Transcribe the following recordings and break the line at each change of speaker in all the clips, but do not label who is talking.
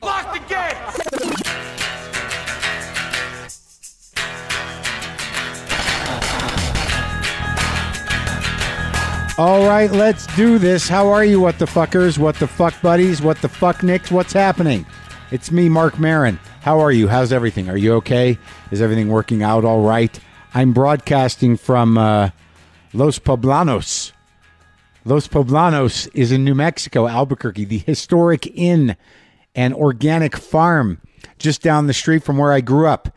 the gate.
All right, let's do this. How are you, what the fuckers? What the fuck buddies? What the fuck nicks? What's happening? It's me, Mark Marin. How are you? How's everything? Are you okay? Is everything working out all right? I'm broadcasting from uh, Los Poblanos. Los Poblanos is in New Mexico, Albuquerque, the historic inn and organic farm just down the street from where I grew up.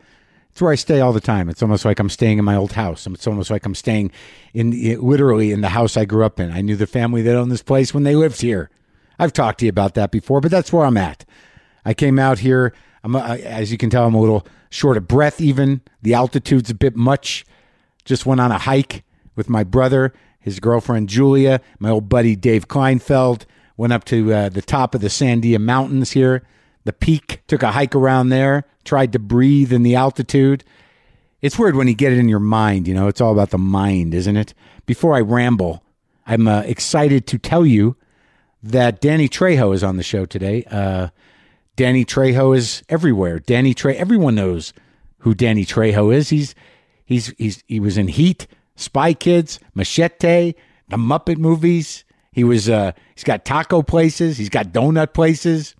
It's where I stay all the time. It's almost like I'm staying in my old house. It's almost like I'm staying in it, literally in the house I grew up in. I knew the family that owned this place when they lived here. I've talked to you about that before, but that's where I'm at. I came out here. I'm, uh, as you can tell, I'm a little short of breath. Even the altitude's a bit much. Just went on a hike with my brother, his girlfriend Julia, my old buddy Dave Kleinfeld. Went up to uh, the top of the Sandia Mountains here, the peak. Took a hike around there. Tried to breathe in the altitude. It's weird when you get it in your mind. You know, it's all about the mind, isn't it? Before I ramble, I'm uh, excited to tell you that Danny Trejo is on the show today. Uh, Danny Trejo is everywhere. Danny Tre everyone knows who Danny Trejo is. He's he's he's he was in Heat, Spy Kids, Machete, the Muppet movies. He was uh he's got taco places, he's got donut places.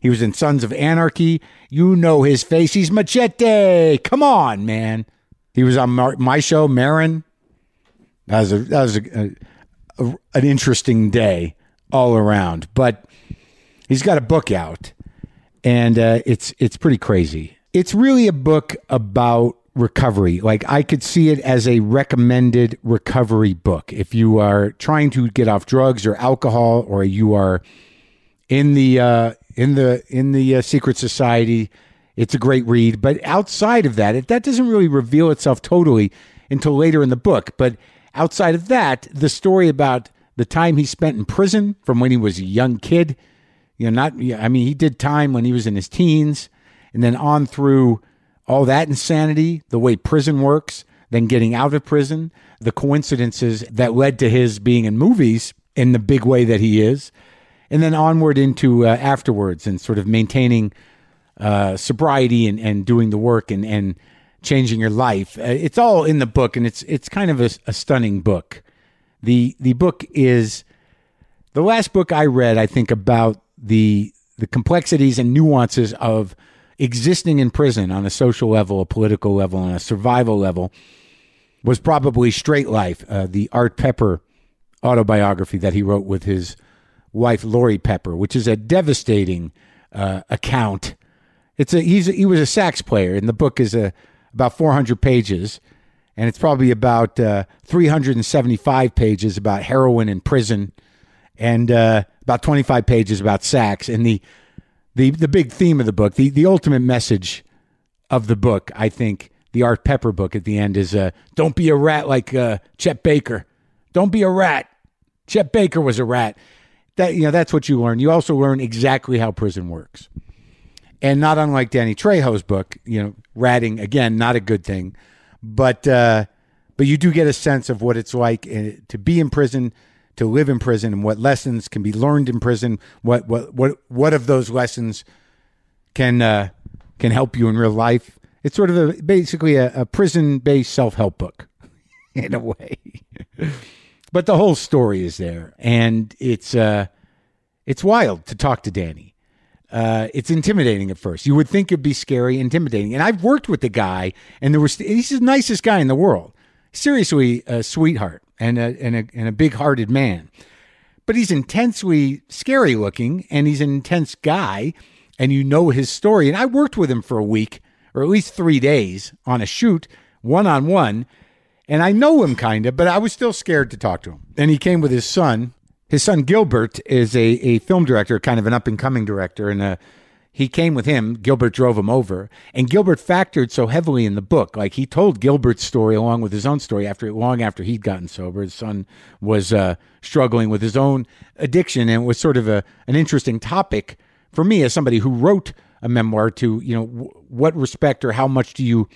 He was in Sons of Anarchy. You know his face. He's Machete. Come on, man. He was on Mar- my show, Marin. That was a that was a, uh, a, a, an interesting day all around. But he's got a book out, and uh, it's it's pretty crazy. It's really a book about recovery. Like I could see it as a recommended recovery book. If you are trying to get off drugs or alcohol, or you are in the uh, in the in the uh, secret society. It's a great read, but outside of that, it, that doesn't really reveal itself totally until later in the book. But outside of that, the story about the time he spent in prison from when he was a young kid, you know, not yeah, I mean, he did time when he was in his teens, and then on through all that insanity, the way prison works, then getting out of prison, the coincidences that led to his being in movies in the big way that he is and then onward into uh, afterwards and sort of maintaining uh, sobriety and, and doing the work and, and changing your life. Uh, it's all in the book, and it's it's kind of a, a stunning book. the The book is the last book I read. I think about the the complexities and nuances of existing in prison on a social level, a political level, and a survival level was probably Straight Life, uh, the Art Pepper autobiography that he wrote with his wife Lori Pepper, which is a devastating uh, account. It's a he's he was a sax player, and the book is a about 400 pages, and it's probably about uh, 375 pages about heroin in prison, and uh, about 25 pages about sax. And the the the big theme of the book, the the ultimate message of the book, I think, the Art Pepper book at the end is uh, don't be a rat like uh, Chet Baker. Don't be a rat. Chet Baker was a rat that you know that's what you learn. You also learn exactly how prison works, and not unlike Danny Trejo's book, you know, ratting again, not a good thing, but uh, but you do get a sense of what it's like uh, to be in prison, to live in prison, and what lessons can be learned in prison. What what what what of those lessons can uh, can help you in real life? It's sort of a basically a, a prison based self help book in a way. but the whole story is there and it's uh it's wild to talk to danny uh it's intimidating at first you would think it'd be scary intimidating and i've worked with the guy and there was he's the nicest guy in the world seriously a sweetheart and a and a, and a big-hearted man but he's intensely scary looking and he's an intense guy and you know his story and i worked with him for a week or at least 3 days on a shoot one on one and I know him kind of, but I was still scared to talk to him. And he came with his son. His son Gilbert is a, a film director, kind of an up and coming director, and uh, he came with him. Gilbert drove him over, and Gilbert factored so heavily in the book. Like he told Gilbert's story along with his own story after long after he'd gotten sober. His son was uh, struggling with his own addiction, and it was sort of a an interesting topic for me as somebody who wrote a memoir. To you know, w- what respect or how much do you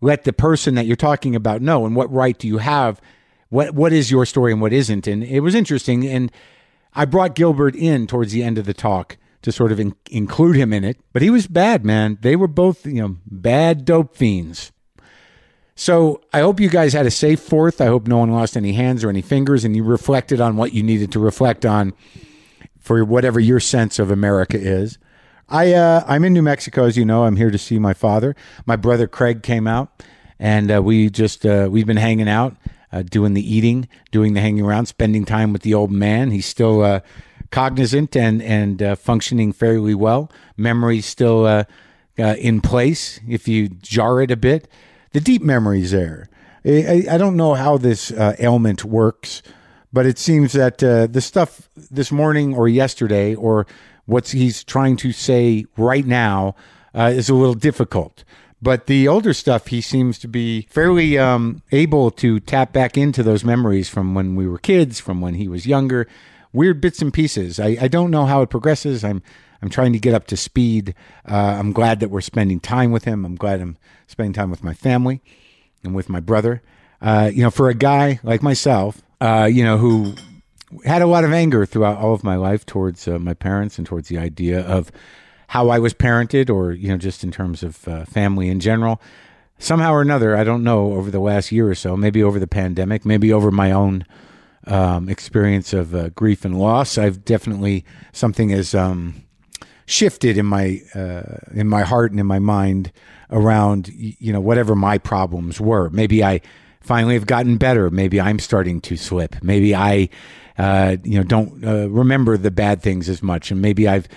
let the person that you're talking about know and what right do you have what what is your story and what isn't and it was interesting and i brought gilbert in towards the end of the talk to sort of in- include him in it. But he was bad, man. They were both, you know, bad dope fiends. So I hope you guys had a safe fourth. I hope no one lost any hands or any fingers and you reflected on what you needed to reflect on for whatever your sense of America is. I uh, I'm in New Mexico, as you know. I'm here to see my father. My brother Craig came out, and uh, we just uh, we've been hanging out, uh, doing the eating, doing the hanging around, spending time with the old man. He's still uh, cognizant and and uh, functioning fairly well. Memory's still uh, uh, in place. If you jar it a bit, the deep memory's there. I, I- I don't know how this uh, ailment works but it seems that uh, the stuff this morning or yesterday or what he's trying to say right now uh, is a little difficult. But the older stuff, he seems to be fairly um, able to tap back into those memories from when we were kids, from when he was younger. Weird bits and pieces. I, I don't know how it progresses. I'm I'm trying to get up to speed. Uh, I'm glad that we're spending time with him. I'm glad I'm spending time with my family and with my brother. Uh, you know, for a guy like myself, uh, you know, who had a lot of anger throughout all of my life towards uh, my parents and towards the idea of how I was parented, or you know, just in terms of uh, family in general. Somehow or another, I don't know. Over the last year or so, maybe over the pandemic, maybe over my own um, experience of uh, grief and loss, I've definitely something is. Um, shifted in my uh, in my heart and in my mind around y- you know whatever my problems were. Maybe I finally have gotten better. Maybe I'm starting to slip. Maybe I uh, you know don't uh, remember the bad things as much, and maybe I've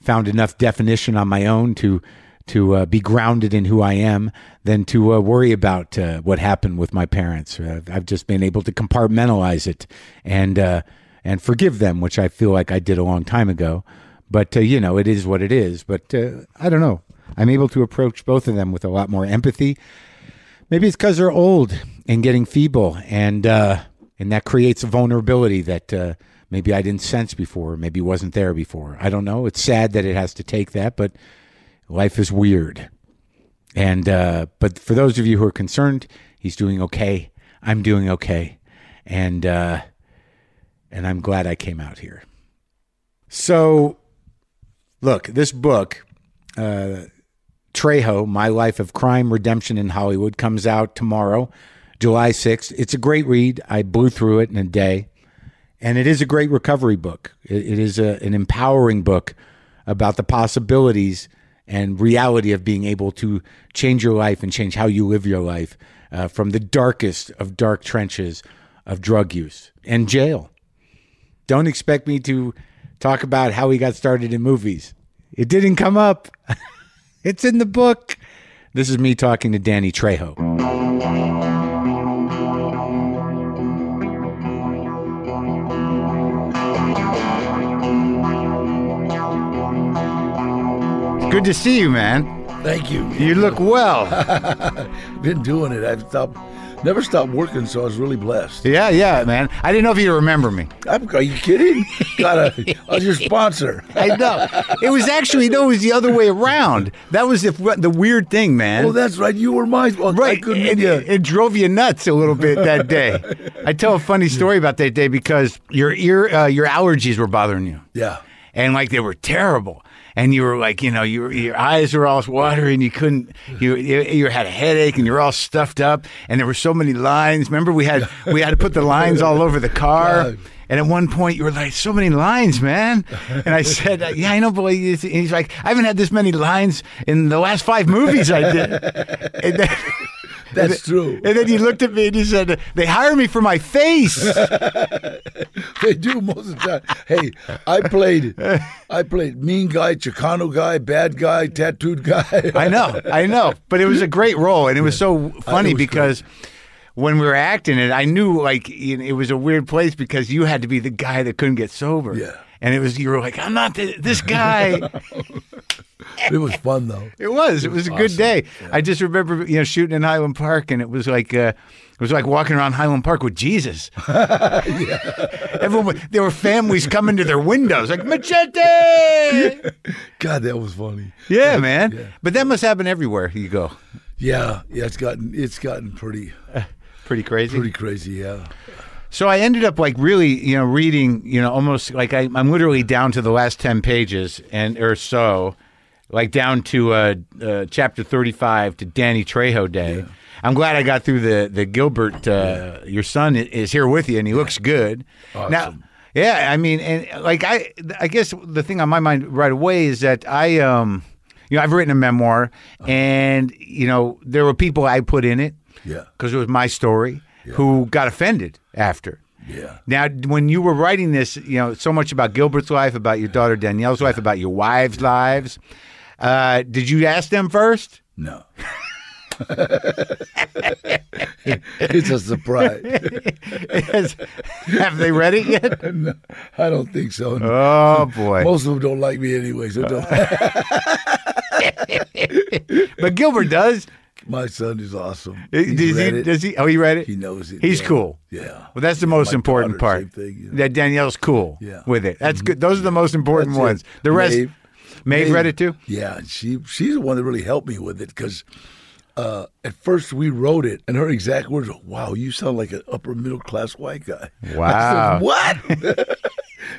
found enough definition on my own to to uh, be grounded in who I am than to uh, worry about uh, what happened with my parents. Uh, I've just been able to compartmentalize it and uh, and forgive them, which I feel like I did a long time ago. But uh, you know, it is what it is. But uh, I don't know. I'm able to approach both of them with a lot more empathy. Maybe it's because they're old and getting feeble, and uh, and that creates a vulnerability that uh, maybe I didn't sense before, maybe wasn't there before. I don't know. It's sad that it has to take that, but life is weird. And uh, but for those of you who are concerned, he's doing okay. I'm doing okay, and uh, and I'm glad I came out here. So, look, this book, uh, Trejo, My Life of Crime, Redemption in Hollywood, comes out tomorrow, July 6th. It's a great read. I blew through it in a day. And it is a great recovery book. It, it is a, an empowering book about the possibilities and reality of being able to change your life and change how you live your life uh, from the darkest of dark trenches of drug use and jail don't expect me to talk about how he got started in movies. It didn't come up. it's in the book. This is me talking to Danny Trejo. Good to see you, man.
Thank you.
You look well.
Been doing it. I've stopped, never stopped working, so I was really blessed.
yeah, yeah, man. I didn't know if you remember me.
I'm, are you kidding? Got a, I was your sponsor.
I know. It was actually no, it was the other way around. That was the, the weird thing, man.
Oh, that's right. You were my well, I
Right.
couldn't.
it,
yeah.
it drove you nuts a little bit that day. I tell a funny story about that day because your ear, uh, your allergies were bothering you,
yeah.
and like they were terrible. And you were like, you know, your your eyes were all watery, and you couldn't. You you, you had a headache, and you're all stuffed up, and there were so many lines. Remember, we had we had to put the lines all over the car. And at one point, you were like, "So many lines, man!" And I said, "Uh, "Yeah, I know, but he's, he's like, I haven't had this many lines in the last five movies I did." And then,
That's true.
and then you looked at me and you said, "They hire me for my face."
They do most of the time. Hey, I played, I played mean guy, Chicano guy, bad guy, tattooed guy.
I know, I know, but it was a great role, and it was so funny
Uh, was great.
because when we were acting it, I knew like it it was a weird place because you had to be the guy that couldn't get sober.
Yeah.
and it was you were like, "I'm not th- this guy."
it was fun though.
It was. It was a good day. I just remember, you know, shooting in Highland Park, and it was like uh, it was like walking around Highland Park with Jesus. Everyone, was- there were families coming to their windows like machete.
God, that was funny.
Yeah, man. But that must happen everywhere you go.
Yeah, yeah. It's gotten, it's gotten pretty,
Pretty crazy.
pretty crazy. Yeah.
So I ended up like really, you know, reading, you know, almost like I, I'm literally down to the last ten pages and or so, like down to uh, uh, chapter thirty-five to Danny Trejo Day. I'm glad I got through the the Gilbert. Uh, Your son i- is here with you, and he looks good. Now, yeah, I mean, and like I, I guess the thing on my mind right away is that I, um, you know, I've written a memoir, and you know, there were people I put in it
Yeah.
because it was my story, who got offended after.
Yeah.
Now, d- when you were writing this, you know so much about Gilbert's life, about your daughter Danielle's life, about your wives' lives. Uh, did you ask them first?
No. it's a surprise.
Yes. Have they read it yet?
No, I don't think so.
Oh boy!
Most of them don't like me anyway, so don't.
But Gilbert does.
My son is awesome.
Does
He's
he?
read it.
Does he? Oh, he read it.
He knows it.
He's
yeah.
cool.
Yeah.
Well, that's the most
my
important
daughter, same
part.
thing, yeah.
That Danielle's cool
Yeah. Mm-hmm.
with it. That's good. Those are the most important
That's it.
ones. The rest, Maeve,
Maeve. Maeve.
read it too.
Yeah, and she she's the one that really helped me with it because uh, at first we wrote it, and her exact words were, "Wow, you sound like an upper middle class white guy."
Wow.
I said, what?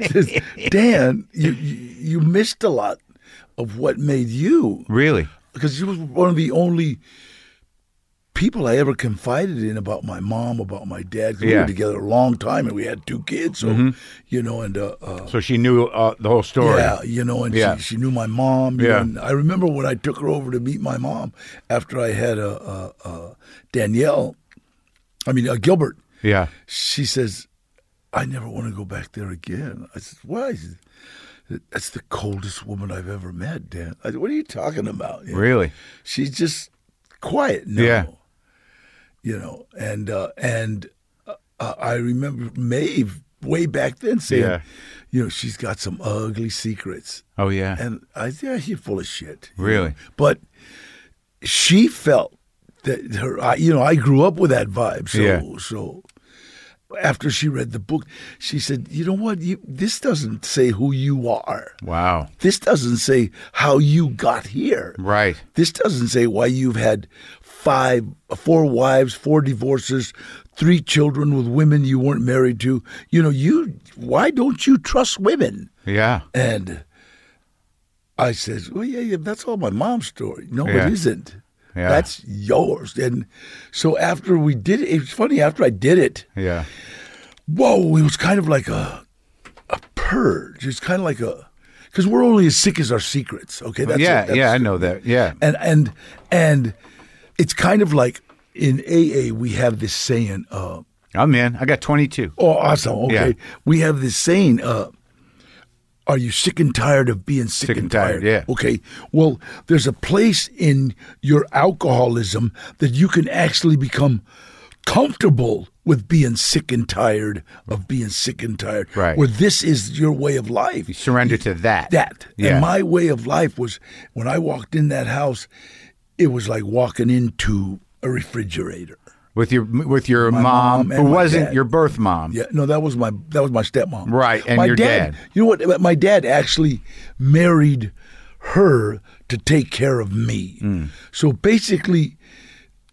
She says, Dan, you, you you missed a lot of what made you
Really?
because she was one of the only people I ever confided in about my mom, about my dad. 'cause We
Yeah.
were together a long time, and we had two kids, so you know, and uh, uh,
So she knew uh, the whole story.
yeah, you know, and
Yeah.
she, she knew my mom. you
Yeah.
know, and I remember when I took her over to meet my mom after I had a, a, a Danielle, I mean, a Gilbert.
Yeah.
She says, I never want to go back there again. I said, why? She said, That's the coldest woman I've ever met, Dan. I said, what are you talking about? You know,
Really?
She's just quiet now.
Yeah.
You know, and uh, and uh, I remember Maeve way back then saying,
Yeah.
you know, she's got some ugly secrets.
Oh yeah.
And I said, yeah, you're full of shit. you
Really?
know. But she felt that her, I, you know, I grew up with that vibe. So,
Yeah.
so after she read the book, she said, you know what? You, this doesn't say who you are.
Wow.
This doesn't say how you got here.
Right.
This doesn't say why you've had five, four wives, four divorces, three children with women you weren't married to. You know, you why don't you trust women?
Yeah.
And I says, well, yeah, yeah, that's all my mom's story. No,
Yeah.
it isn't.
Yeah.
That's yours. And so after we did it, it's funny. After I did it,
Yeah.
whoa, it was kind of like a a purge. It's kind of like a because we're only as sick as our secrets. Okay, that's
yeah.
it. That's-
yeah. I know that. Yeah.
and and and it's kind of like in AA we have this saying. Uh,
I'm in. I got 22.
oh, awesome. Okay,
Yeah.
we have this saying. Uh, are you sick and tired of being sick,
Sick and tired, yeah.
Okay. Well, there's a place in your alcoholism that you can actually become comfortable with being sick and tired of being sick and tired.
Right.
Where this is your way of life
You surrender to that.
that.
Yeah.
And my way of life was when I walked in that house, it was like walking into a refrigerator.
with your with your
My
mom,
mom and
who
my
wasn't
dad.
your birth mom.
Yeah, no, that was my that was my stepmom.
Right, and
my
your dad.
You know what? My dad actually married her to take care of me.
Mm.
So basically,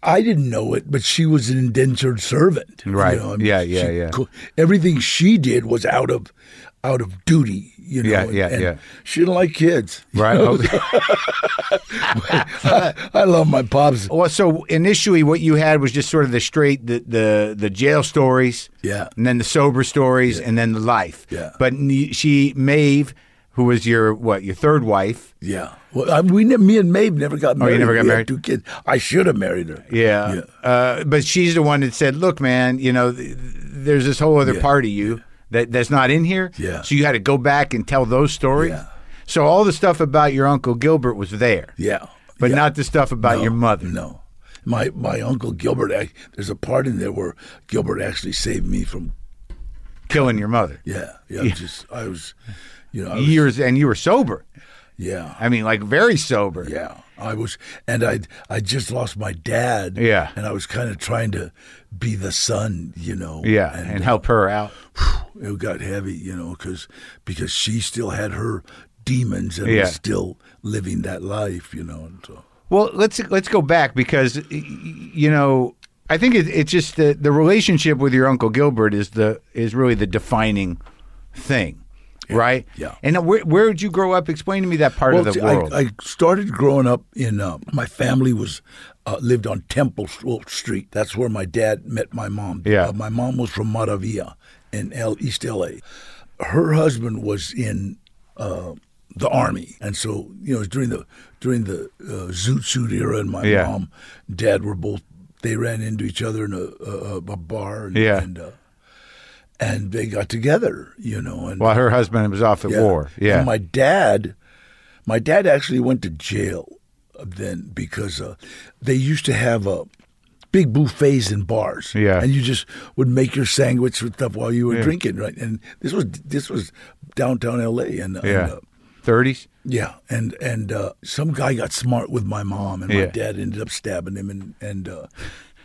I didn't know it, but she was an indentured servant. you
Right.
know,
Yeah, yeah,
she
yeah.
cou- Everything she did was out of out of duty. You know.
Yeah, yeah,
and
yeah.
She didn't like kids.
Right. Okay.
I, I love my pops.
well, so initially, what you had was just sort of the straight the the, the jail stories.
Yeah.
And then the sober stories, and then the life.
Yeah.
But n- she Maeve, who was your what your third wife.
Yeah. Well, I, we ne- me and Maeve never got married.
Oh, never got
We had
married?
Two kids. I should have married her.
Yeah. Uh, but she's the one that said, "Look, man, you know, th- th- there's this whole other part of you that that's not in here."
Yeah.
So you had to go back and tell those stories.
Yeah.
So all the stuff about your uncle Gilbert was there,
Yeah.
but
Yeah.
not the stuff about your mother.
No. My my uncle Gilbert. I, there's a part in there where Gilbert actually saved me from.
killing your mother.
Yeah. Yeah. I'm Just I was, you know. I was,
Years and you were sober.
yeah.
I mean, like very sober.
Yeah. I was, and I I just lost my dad.
Yeah.
And I was kind of trying to be the son, you know.
Yeah,
And
and, help her out.
it got heavy, you know, because because she still had her demons and
Yeah.
was still living that life, you know. And so.
Well, let's let's go back because y- y- you know
I think it, it's just the, the relationship with your uncle Gilbert is the is really the defining thing, right?
yeah.
And where where did you grow up? Explain to me that part of the
see,
world.
I, I started growing up in uh, my family was uh, lived on Temple St- Street. That's where my dad met my mom.
Yeah.
Uh, my mom was from Maravilla in L- East L.A. Her husband was in uh, the army, and so you know it was during the during the uh, Zoot Suit era, and my
Yeah.
mom, dad were both they ran into each other in a a, a a bar, and,
Yeah.
and, uh, and they got together, you know, and
While her husband was off at war, yeah,
and my dad, my dad actually went to jail then because uh, they used to have uh, big buffets in bars.
Yeah.
And you just would make your sandwich with stuff while you were drinking, right? And this was this was downtown L.A. and, uh, and,
yeah,
uh,
thirties.
yeah, and and uh, some guy got smart with my mom, and my
Yeah.
dad ended up stabbing him, and and uh,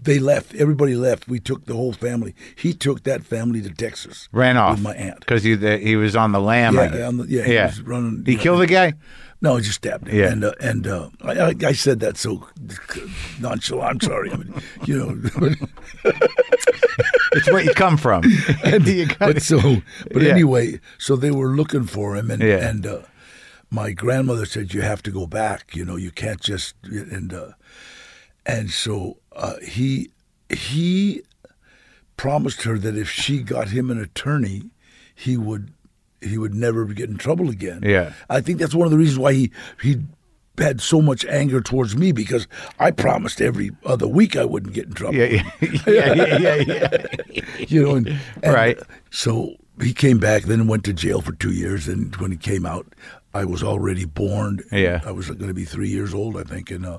they left. Everybody left. We took the whole family. He took that family to Texas.
Ran off
with my aunt.
because he the, he was on the lam. I
Yeah,
guess.
yeah, on the- yeah, he was running-
He killed the guy.
No, I just stabbed him.
Yeah.
And, uh, and uh, I, I- I said that so nonchalant. I'm sorry. I mean, you know.
It's where you come from. You got
but
it.
so, but
Yeah.
anyway, so they were looking for him, and
Yeah.
and uh, my grandmother said you have to go back. You know, you can't just and uh, and so uh, he he promised her that if she got him an attorney, he would he would never get in trouble again.
Yeah.
I think that's one of the reasons why he he had so much anger towards me because I promised every other week I wouldn't get in trouble
yeah, yeah, yeah, yeah, yeah, yeah.
you know, and, and
Right.
So he came back, then went to jail for two years. And when he came out, I was already born. and
Yeah.
I was going to be three years old, I think. And uh,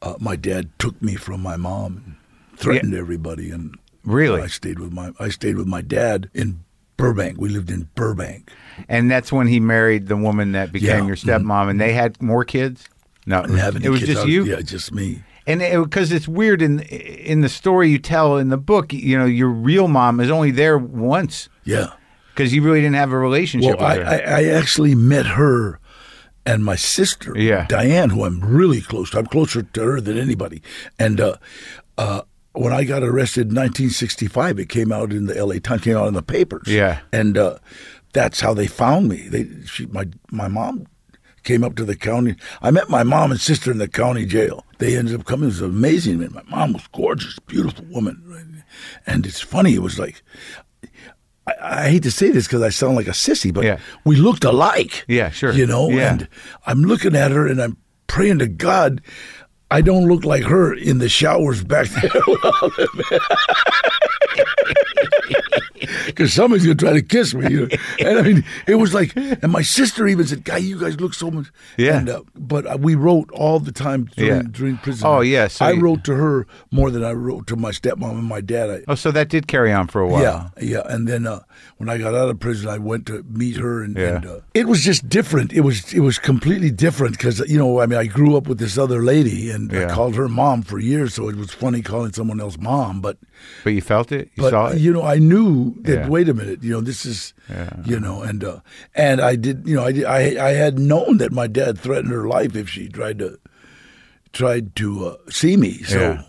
uh, my dad took me from my mom, and threatened everybody, and
Really?
I stayed with my I stayed with my dad in Burbank. We lived in Burbank.
And that's when he married the woman that became
Yeah. Mm-hmm.
your stepmom, and they had more kids. No,
And having
it was
kids,
just
I
you.
Yeah, just me.
and because it's weird in in the story you tell in the book, you know, your real mom is only there once
Yeah.
because you really didn't have a relationship
Well, I,
with
I,
her.
I actually met her and my sister,
Yeah.
Diane, who I'm really close to. I'm closer to her than anybody. And uh, uh, when I got arrested in 1965, it came out in the LA Times, came out in the papers.
Yeah.
And uh, that's how they found me. They, she, my, my mom came up to the county. I met my mom and sister in the county jail. They ended up coming. It was amazing. Man. My mom was gorgeous, beautiful woman. right? And it's funny. It was like, I, I hate to say this because I sound like a sissy, but
Yeah.
we looked alike.
Yeah, sure.
You know,
Yeah.
and I'm looking at her and I'm praying to God. I don't look like her in the showers back there. Because somebody's gonna try to kiss me, you know? and I mean, it was like, and my sister even said, "Guy, you guys look so much."
Yeah.
And, uh, but uh, we wrote all the time during,
Yeah.
during prison.
Oh, yeah, so
I
you-
wrote to her more than I wrote to my stepmom and my dad. I,
oh, so that did carry on for a while.
yeah, yeah. And then uh, when I got out of prison, I went to meet her, and,
Yeah.
and uh, it was just different. It was it was completely different because you know I mean I grew up with this other lady, and
Yeah.
I called her mom for years, so it was funny calling someone else mom. But
But you felt it, you
but
saw it.
you know I knew that
Yeah.
wait a minute, you know this is you know and uh, and I did you know I, did, I I had known that my dad threatened her life if she tried to tried to uh, see me, so.
Yeah.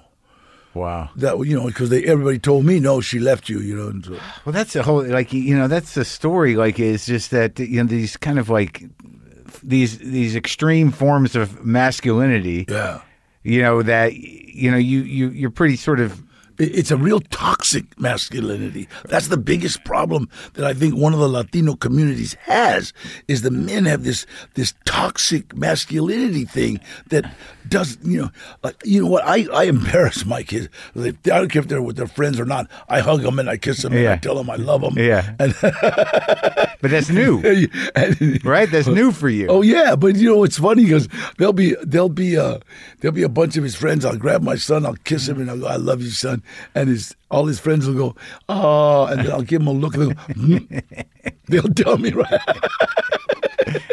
wow.
That you know, because everybody told me no, she left you, you know. And so,
Well, that's the whole like you know that's the story. Like it's just that you know these kind of like these these extreme forms of masculinity.
yeah.
You know that you know you you you're pretty sort of
It- It's a real toxic masculinity. That's the biggest problem that I think one of the Latino communities has is the men have this this toxic masculinity thing that does you know like you know what I, I embarrass my kids. I don't care if they're with their friends or not. I hug them and I kiss them and
Yeah.
I tell them I love them.
yeah. but that's new, right? That's new for you.
Oh yeah, but you know it's funny because there'll be there'll be uh there'll be a bunch of his friends. I'll grab my son, I'll kiss him, and I'll go, "I love you, son." And his all his friends will go, "Oh," and then I'll give him a look. And they'll, go, "Hmm." they'll tell me right.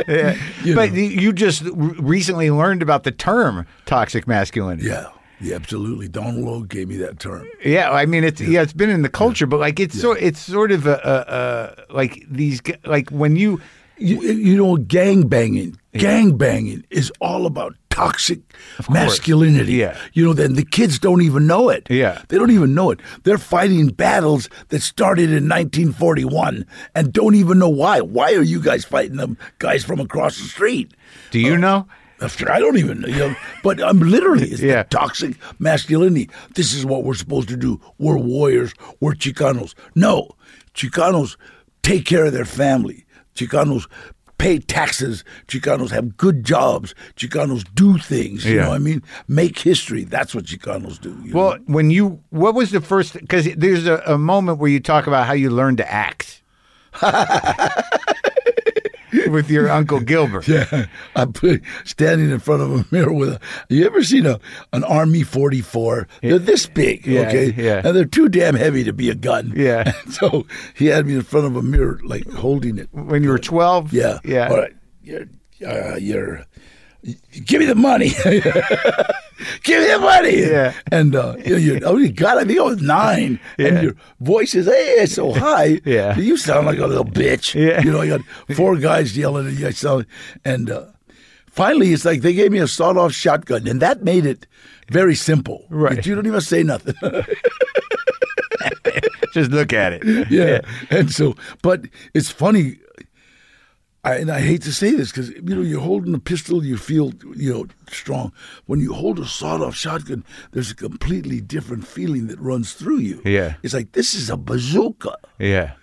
Yeah.
You
but
know.
you- you just r- recently learned about the term toxic masculinity.
Yeah, yeah, absolutely. Donald Logue gave me that term.
Yeah, I mean it's yeah, it's been in the culture, but like it's sort it's sort of a, a, a like these g- like when you
you, you know, gang banging, gang banging is all about toxic masculinity.
Yeah.
You know, then the kids don't even know it.
Yeah.
They don't even know it. They're fighting battles that started in 1941 and don't even know why. Why are you guys fighting them guys from across the street?
Do
Oh,
you know?
After, I don't even know, you know, but I'm literally it's
Yeah.
the toxic masculinity. This is what we're supposed to do. We're warriors. We're Chicanos. No, Chicanos take care of their family. Chicanos pay taxes. Chicanos have good jobs. Chicanos do things. You
Yeah.
know what I mean? Make history. That's what Chicanos do. you
Well, when you what was the first? Because there's a, a moment where you talk about how you learned to act with your uncle Gilbert.
Yeah, I put standing in front of a mirror with a. You ever seen a an Army forty four? They're this big,
Yeah,
okay,
yeah.
and they're too damn heavy to be a gun.
Yeah.
And so he had me in front of a mirror, like holding it.
When you were twelve.
Yeah,
yeah.
All right, you're, uh, you're. Give me the money. Give me the money.
Yeah.
And uh, you know, you're, oh God, I think I was nine,
Yeah.
and your voice is hey, it's so high.
Yeah.
You sound like a little bitch.
Yeah.
You know, you got four guys yelling at you. I sound, and uh, finally, it's like they gave me a sawed-off shotgun, and that made it very simple.
Right.
You don't even say nothing.
Just look at it.
yeah. And so, but it's funny. I, and I hate to say this because you know you're holding a pistol, you feel you know strong. When you hold a sawed-off shotgun, there's a completely different feeling that runs through you.
Yeah.
it's like this is a bazooka.
Yeah.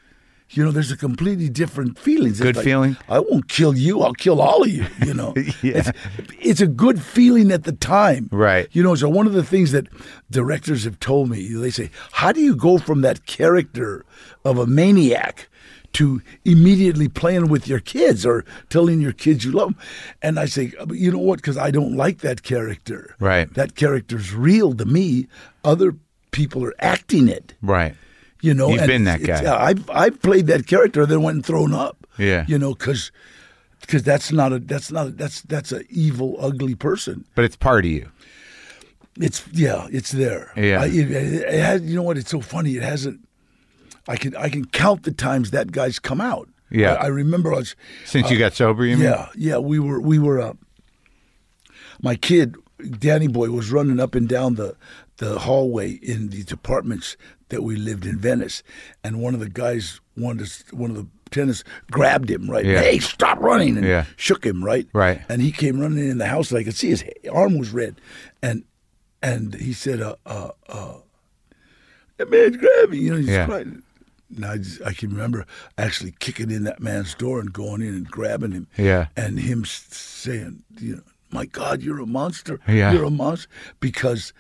You know, there's a completely different feeling. It's
Good
like,
feeling?
I won't kill you. I'll kill all of you. You know,
Yeah.
it's, it's a good feeling at the time,
Right.
You know, so one of the things that directors have told me, they say, how do you go from that character of a maniac to immediately playing with your kids or telling your kids you love them? And I say, "Uh, "But you know what? Because I don't like that character.
Right.
That character's real to me. Other people are acting it.
Right.
You know,
You've
and
been that
it's-
guy.
I've I've played that character, then went and thrown up.
Yeah.
you know, because that's not a that's not a, that's that's a evil, ugly person.
But it's part of you.
It's yeah, it's there.
Yeah.
I, it, it has, you know what? It's so funny. It hasn't. I can I can count the times that guy's come out.
Yeah.
I, I remember us.
Since you got sober, you mean?
Yeah, yeah. We were we were. Uh, my kid, Danny Boy, was running up and down the the hallway in these apartments that we lived in Venice, and one of the guys wanted us- one of the tenants grabbed him right.
Yeah.
Hey, stop running! And
Yeah.
shook him right.
Right.
And he came running in the house, and I could see his arm was red, and and he said, "Uh, uh, uh, that man's grabbing." You know, he's
Yeah.
crying. And I, just, I can remember actually kicking in that man's door and going in and grabbing him
Yeah.
and him s- saying, you know, my God, you're a monster.
Yeah.
You're a monster because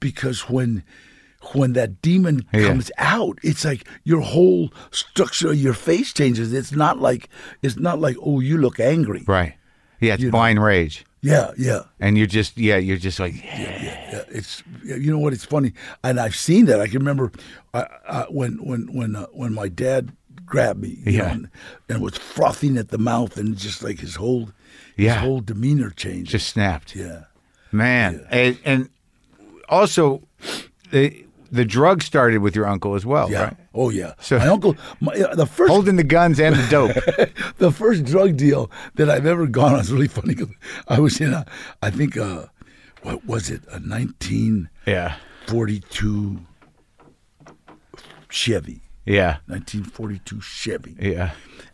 because when when that demon
Yeah.
comes out, it's like your whole structure of your face changes. It's not like it's not like oh you look angry.
Right. Yeah. It's blind rage,
Yeah, yeah.
and you're just yeah, you're just like yeah.
Yeah, it's you know what it's funny, and I've seen that. I can remember I, I, when when when uh, when my dad grabbed me, you
Yeah.
know, and, and was frothing at the mouth, and just like his whole
Yeah.
his whole demeanor changed.
just snapped.
yeah,
Man, and, and also the the drug started with your uncle as well,
yeah.
right?
Oh yeah.
So-
my uncle, my, uh, the first
Holding the guns and the dope.
the first drug deal that I've ever gone on is really funny. 'cause I was in a, I think uh what was it, a nineteen
yeah,
forty two Chevy,
yeah,
nineteen forty two Chevy.
yeah.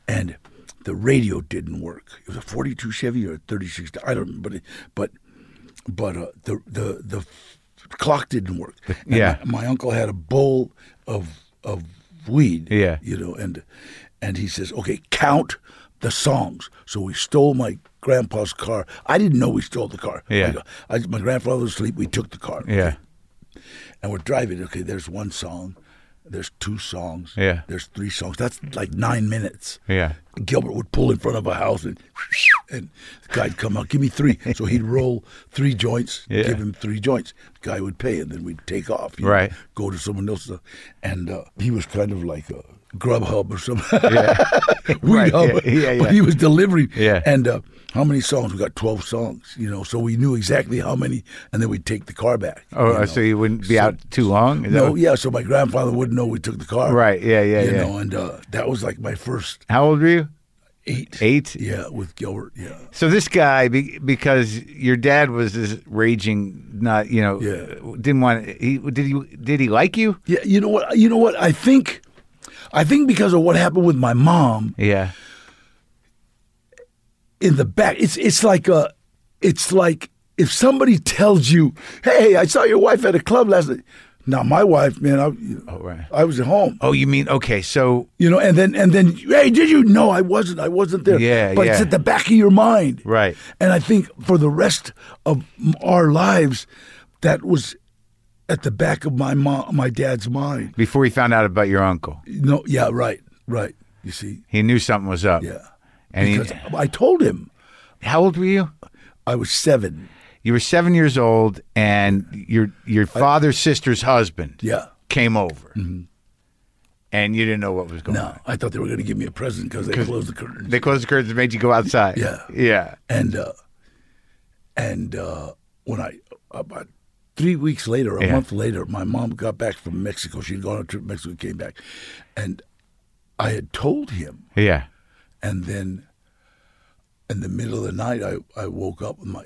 and the radio didn't work. It was a 42 Chevy or a 36. I don't remember, but it- but but uh, the the the clock didn't work. And
yeah.
my, my uncle had a bowl of of weed.
Yeah.
you know, and and he says, okay, count the songs. So we stole my grandpa's car. I didn't know we stole the car.
Yeah.
I, I, my grandfather was asleep. We took the car
Yeah,
and we're driving. Okay, there's one song, there's two songs,
Yeah.
there's three songs. That's like nine minutes.
Yeah.
Gilbert would pull in front of a house and and the guy'd come out, give me three. So he'd roll three joints,
Yeah.
give him three joints. The guy would pay, and then we'd take off. you
Right.
go to someone else's, and uh, he was kind of like a Grubhub or something. Weed
Right,
Hub.
yeah, yeah, yeah.
But he was delivering.
Yeah.
And uh, how many songs? We got twelve songs, you know. So we knew exactly how many, and then we'd take the car back.
Oh,
you know.
so you wouldn't be out too long? Is that
No,
what-
yeah. So my grandfather wouldn't know we took the car.
Right, yeah, yeah,
You
yeah.
know, and uh, that was like my first
How old were you?
Eight.
Eight?
Yeah, with Gilbert. Yeah.
So this guy, be, because your dad was this raging, not you know,
Yeah.
didn't want. He did he did he like you?
Yeah. You know what? You know what? I think, I think because of what happened with my mom
Yeah,
in the back, it's it's like a, it's like if somebody tells you, "Hey, I saw your wife at a club last night." Now my wife, man, I,
Oh, right.
I was at home.
Oh, you mean okay? So
You know, and then and then, hey, did you? No, I wasn't. I wasn't there.
Yeah,
but it's
yeah.
at the back of your mind,
Right.
And I think for the rest of m- our lives, that was at the back of my mom, my dad's mind.
before he found out about your uncle,
No, yeah, right, right. You see,
he knew something was up.
yeah,
And he,
because I told him
how old were you?
I was seven.
You were seven years old, and your your father's sister's husband
Yeah, Mm-hmm.
came over, and you didn't know what was going on.
no, I thought they were going to give me a present because they closed the curtains.
They closed the curtains and made you go outside.
Yeah.
yeah.
and uh, and uh, when I about three weeks later, a
Yeah.
month later, my mom got back from Mexico. She'd gone on a trip to Mexico, came back, and I had told him.
Yeah.
And then, in the middle of the night, I, I woke up with my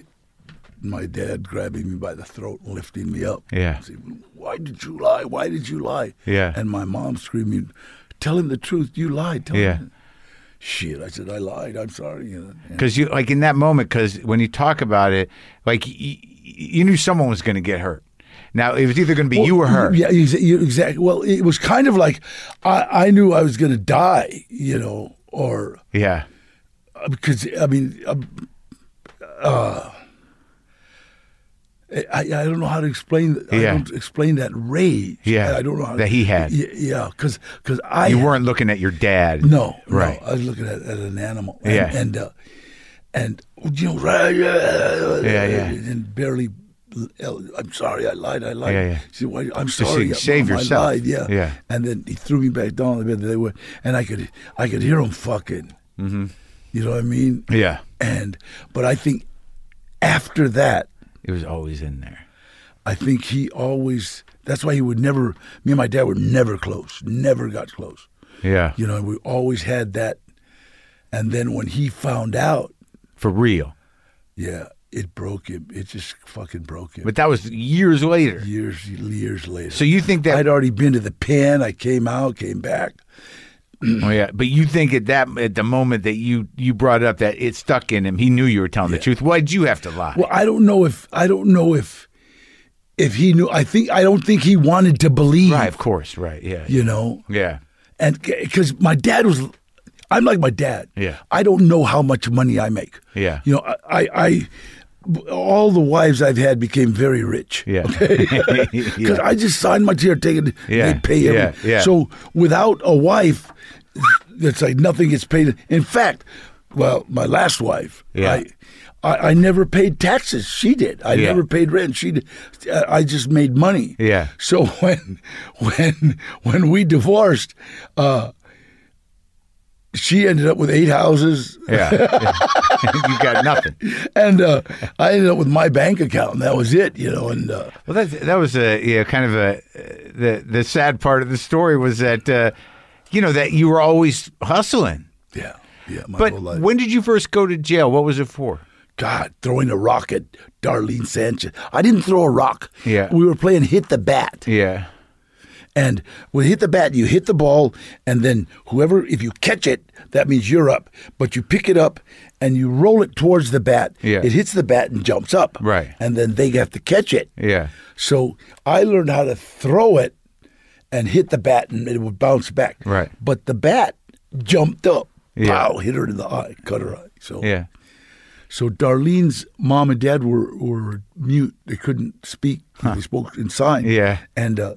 my dad grabbing me by the throat and lifting me up.
Yeah.
Saying, Why did you lie? Why did you lie?
Yeah.
And my mom screaming, "Tell him the truth! You lied! Tell
Yeah.
him." Shit! I said I lied. I'm sorry. You know, and-
Because you like in that moment, because when you talk about it, like y- y- you knew someone was going to get hurt. Now it was either going to be you or her.
Yeah, exa- you- exactly. Well, it was kind of like I, I knew I was going to die, you know, or
Yeah.
uh, because I mean, uh, uh, I, I don't know how to explain. I
Yeah.
don't explain that rage.
Yeah,
I don't know how
that he had.
Y- Yeah, because because I
You
had-
weren't looking at your dad.
no,
Right.
No, I was looking at, at an animal. And,
Yeah.
and uh, and you know, rah, yeah,
Yeah, yeah.
and barely. I'm sorry, I lied. I lied.
Yeah, yeah.
She said, "Why- I'm
you
sorry.
can save
Mom,
yourself.
I lied. Yeah,
Yeah.
And then he threw me back down on the bed. They were, and I could, I could hear him fucking. Mm-hmm. You know what I mean?
Yeah.
And but I think after that,
It was always in there.
I think he always. That's why he would never. Me and my dad were never close. Never got close.
Yeah.
You know, we always had that. And then when he found out,
For real.
yeah, it broke him. It just fucking broke him.
But that was years later.
years, years later.
So you think that?
I'd already been to the pen. I came out, came back.
oh, yeah. But you think at that at the moment that you you brought up that it stuck in him. He knew you were telling the truth. Why'd you have to lie?
Well, I don't know if I don't know if if he knew. I think I don't think he wanted to believe.
right. Of course. Right. Yeah.
You know,
Yeah.
and because my dad was, I'm like my dad.
Yeah.
I don't know how much money I make.
Yeah.
You know, I, I, I all the wives I've had became very rich.
Yeah.
Because I just signed my ticket, take it,
Yeah,
they pay everything.
yeah, yeah.
So without a wife, it's like nothing gets paid. In fact, well, my last wife,
Yeah.
I, I, I never paid taxes. She did. I
Yeah.
never paid rent. She did. I I just made money.
Yeah.
So when when when we divorced, uh, she ended up with eight houses,
Yeah. you got nothing.
and uh, I ended up with my bank account, and that was it. You know, and. Uh,
Well, that that was a you know, kind of a uh, the the sad part of the story was that uh, you know that you were always hustling.
Yeah, yeah. My
But
whole life.
when did you first go to jail? What was it for?
God, throwing a rock at Darlene Sanchez. I didn't throw a rock.
Yeah.
We were playing hit the bat.
Yeah,
And with hit the bat, you hit the ball, and then whoever, if you catch it, that means you're up. But you pick it up and you roll it towards the bat.
Yeah.
It hits the bat and jumps up.
Right.
And then they have to catch it.
yeah,
So I learned how to throw it and hit the bat, and it would bounce back.
Right.
But the bat jumped up.
Yeah.
Wow, hit her in the eye, cut her eye. So
yeah.
so Darlene's mom and dad were were mute; they couldn't speak. They spoke in sign.
Yeah.
and uh,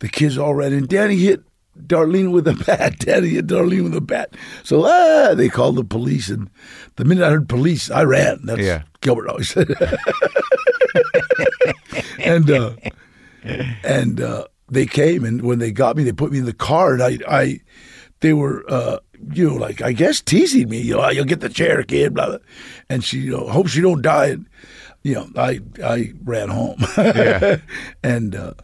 the kids all ran in. Daddy hit Darlene with a bat. Daddy hit Darlene with a bat. So ah, they called the police, and the minute I heard police, I ran. That's
Yeah.
Gilbert always said. and uh, and uh, they came, and when they got me, they put me in the car, and I, I they were, uh, you know, like I guess teasing me, you know, you'll get the chair, kid, blah, blah. and she, you know, hope she don't die, and you know, I, I ran home,
Yeah.
and uh,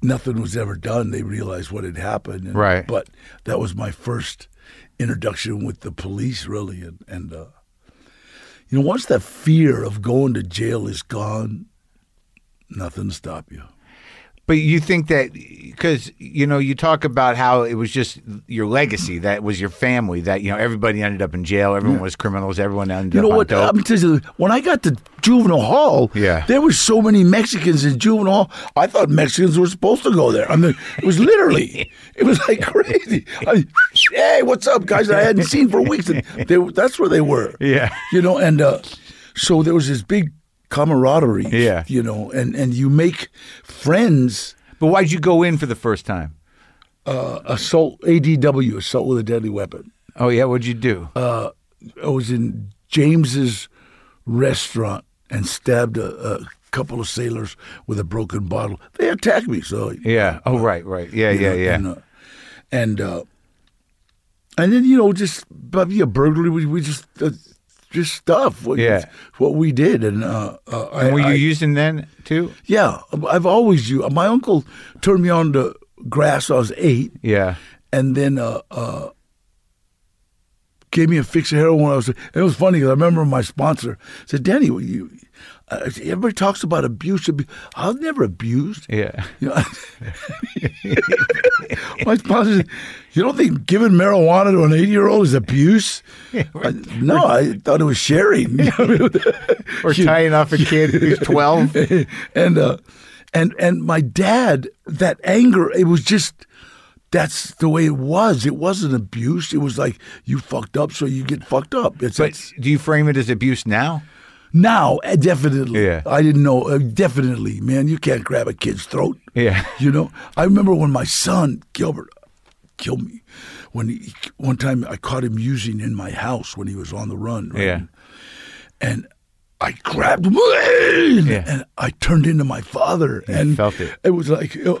nothing was ever done. They realized what had happened, and-
Right.
But that was my first introduction with the police, really, and and uh, you know, once that fear of going to jail is gone, nothing to stop you.
But you think that because you know you talk about how it was just your legacy that was your family that you know everybody ended up in jail everyone was criminals everyone ended
You know
up
what?
on dope.
I'm telling you, when I got to juvenile hall,
Yeah.
there were so many Mexicans in juvenile. hall, I thought Mexicans were supposed to go there. I mean, it was literally, it was like crazy. I mean, hey, what's up, guys? That I hadn't seen for weeks, and they, that's where they were.
Yeah.
you know, and uh, so there was this big camaraderie.
Yeah.
you know, and and you make friends.
but why'd you go in for the first time?
Assault, ADW, assault with a deadly weapon.
Oh yeah, what'd you do?
Uh, I was in James's restaurant and stabbed a, a couple of sailors with a broken bottle. They attacked me, so
yeah. Oh right, right. Yeah, yeah, yeah.
and uh, and, uh, and then you know just but yeah, burglary. We, we just uh, just stuff. What,
Yeah.
what we did, and uh, uh, I,
And were you
I-
using then too?
yeah, I've always you. My uncle turned me on to grass. I was eight,
Yeah.
and then uh, uh, gave me a fix of heroin. I was, it was funny because I remember my sponsor said, "Danny, will you, uh, everybody talks about abuse. abuse. I was never abused."
Yeah.
You know, my sponsor said, "You don't think giving marijuana to an eighty-year-old is abuse?" I- no, I thought it was sharing.
Or tying off a kid who's twelve.
and uh, and and my dad, that anger, it was just that's the way it was. It wasn't abuse. It was like you fucked up, so you get fucked up. It's,
But
it's
do you frame it as abuse now?
now eh, definitely.
Yeah.
I didn't know uh, definitely, man. You can't grab a kid's throat.
Yeah.
You know, I remember when my son Gilbert killed me. When he, one time I caught him using in my house when he was on the run. Right?
Yeah.
and I grabbed him and,
Yeah.
and I turned into my father and
felt it.
was like uh,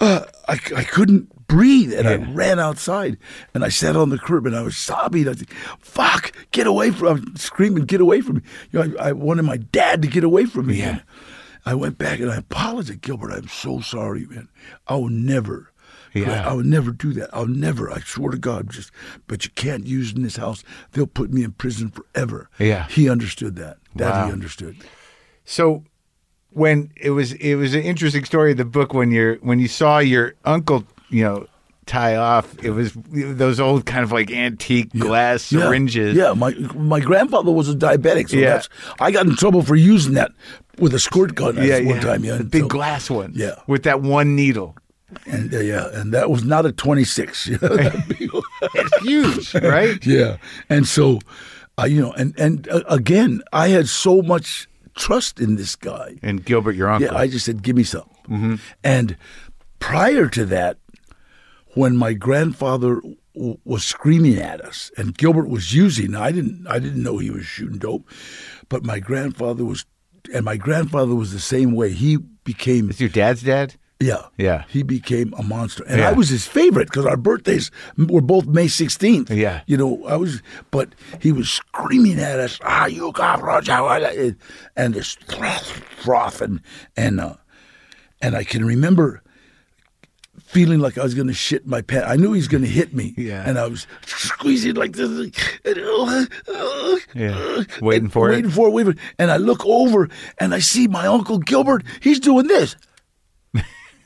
uh, I, I couldn't breathe and I ran outside and I sat on the curb and I was sobbing. I was like, "Fuck, get away from!" I was screaming, "Get away from me!" You know, I, I wanted my dad to get away from me. And I went back and I apologized, Gilbert. I'm so sorry, man. I will never.
Yeah.
I would never do that. I'll never. I swear to God. Just, but you can't use in this house. They'll put me in prison forever.
Yeah.
he understood that. That
Wow.
he understood.
So when it was it was an interesting story in the book when you're when you saw your uncle, you know, tie off, it was those old kind of like antique glass syringes.
Yeah, yeah. my my grandfather was a diabetic, so
Yeah.
that's I got in trouble for using that with a squirt gun
Yeah,
one
yeah.
time. Yeah,
the
and
big
so-
glass one.
Yeah.
With that one needle.
and uh, yeah, and that was not a twenty six.
It's huge, right?
yeah, and so, uh, you know, and and uh, again, I had so much trust in this guy.
And Gilbert, your uncle.
Yeah, I just said, give me some. And prior to that, when my grandfather w- was screaming at us, and Gilbert was using, I didn't, I didn't know he was shooting dope, but my grandfather was, and my grandfather was the same way. He became,
Is your dad's dad?
yeah,
Yeah.
he became a monster, and
Yeah.
I was his favorite because our birthdays were both May sixteenth.
Yeah.
you know, I was, but he was screaming at us, "Ah, you got Roger!" and this froth, and and uh, and I can remember feeling like I was going to shit my pants. I knew he was going to hit me,
Yeah.
and I was squeezing like this, and, uh,
Yeah. Waiting for it.
waiting for it, waiting for it, and I look over and I see my uncle Gilbert. He's doing this.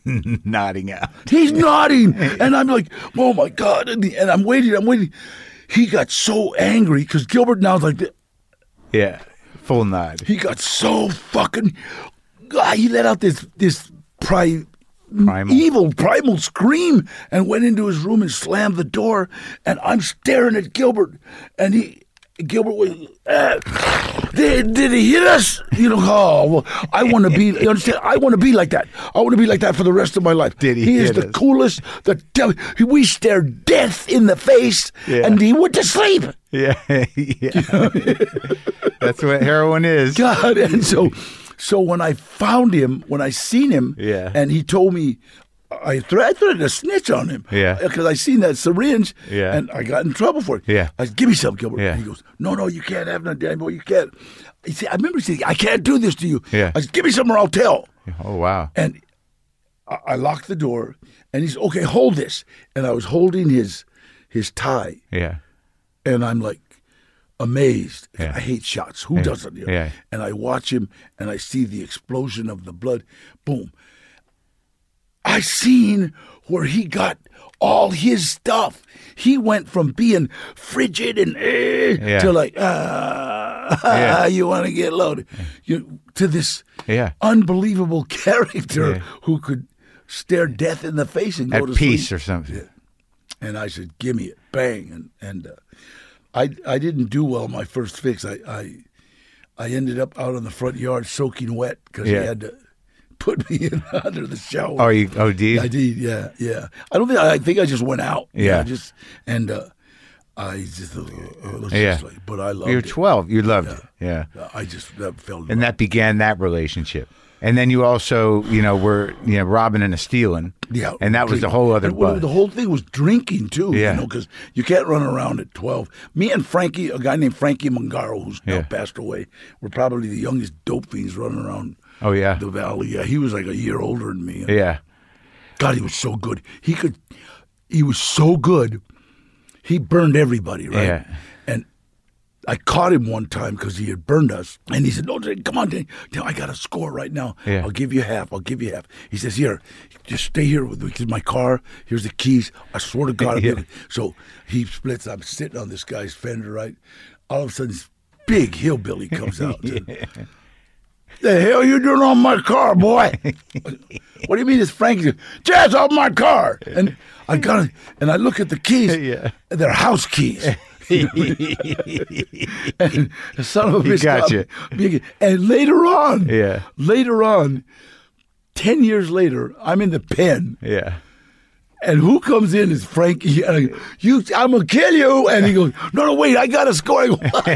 Nodding out.
He's nodding, and I'm like, "Oh my god!" And, the- and I'm waiting, I'm waiting. He got so angry because Gilbert now's like, thi-
Yeah. Full nod.
he got so fucking. God, he let out this this pri,
Primal.
evil primal scream and went into his room and slammed the door. And I'm staring at Gilbert, and he. Gilbert was, uh, did, did he hit us? You know, oh, well, I want to be, you understand? I want to be like that. I want to be like that for the rest of my life.
Did he
He is
hit
the
us?
coolest. The devil. We stare death in the face,
Yeah.
and he went to sleep.
Yeah. yeah. That's what heroin is.
God. And so, so when I found him, when I seen him,
Yeah.
and he told me, I, thre- I threatened to snitch on him,
Yeah.
because I seen that syringe,
Yeah.
and I got in trouble for it.
Yeah.
I said, "Give me some, Gilbert."
Yeah.
And he goes, "No, no, you can't have none, Danny boy. You can't." He said, "I remember saying, I can't do this to you."
Yeah.
I said, "Give me some, or I'll tell."
Oh wow.
And I, I locked the door, and he's okay. Hold this, and I was holding his his tie
Yeah.
and I'm like amazed.
Yeah.
I hate shots. Who doesn't? you know?
Yeah.
And I watch him and I see the explosion of the blood. Boom. I seen where he got all his stuff. He went from being frigid and eh,
Yeah.
to like ah,
Yeah.
you want to get loaded, you to this
Yeah.
unbelievable character
Yeah.
who could stare death in the face and go
At
to
peace
sleep.
or something.
And I said, "Give me it, bang!" And and uh, I I didn't do well my first fix. I I, I ended up out in the front yard soaking wet because
Yeah.
he had to put me in under the shower.
Oh, you OD?
I did, yeah, yeah. I don't think I, I think I just went out. you
Yeah.
know, just and uh, I just, uh, uh, let's
Yeah.
just like, but I loved
you were
it.
12. You loved it. Yeah.
Uh, I just that fell.
And that began that relationship. And then you also, you know, were, you know, robbing and a stealing.
Yeah,
And that was the
drinking.
whole other
And, well,
buzz.
The whole thing was drinking too.
Yeah.
you know, because you can't run around at twelve. Me and Frankie, a guy named Frankie Mangaro, who's
Yeah.
now passed away, were probably the youngest dope fiends running around
Oh, yeah.
the valley. Yeah, he was like a year older than me.
Yeah.
God, he was so good. He could, he was so good. He burned everybody, right?
Yeah.
And I caught him one time because he had burned us, and he said, "No, Danny, come on, Danny. Danny, I got a score right now.
Yeah.
I'll give you half. I'll give you half." He says, "Here, just stay here with me. Here's my car. Here's the keys. I swear to God." I'll
Yeah.
give it." So he splits. I'm sitting on this guy's fender, right? All of a sudden, this big hillbilly comes out. and said, the hell you doing on my car, boy? what do you mean it's Frankie? Jazz off my car. And I got it, and I look at the keys.
Yeah.
and They're house keys. and the son of a
He
bitch
got
got
you.
me. And later on,
Yeah.
later on, 10 years later, I'm in the pen,
Yeah.
and who comes in is Frankie. And I go, you, I'm going to kill you. And he goes, no, no, wait, I got a score. I go, "Fuck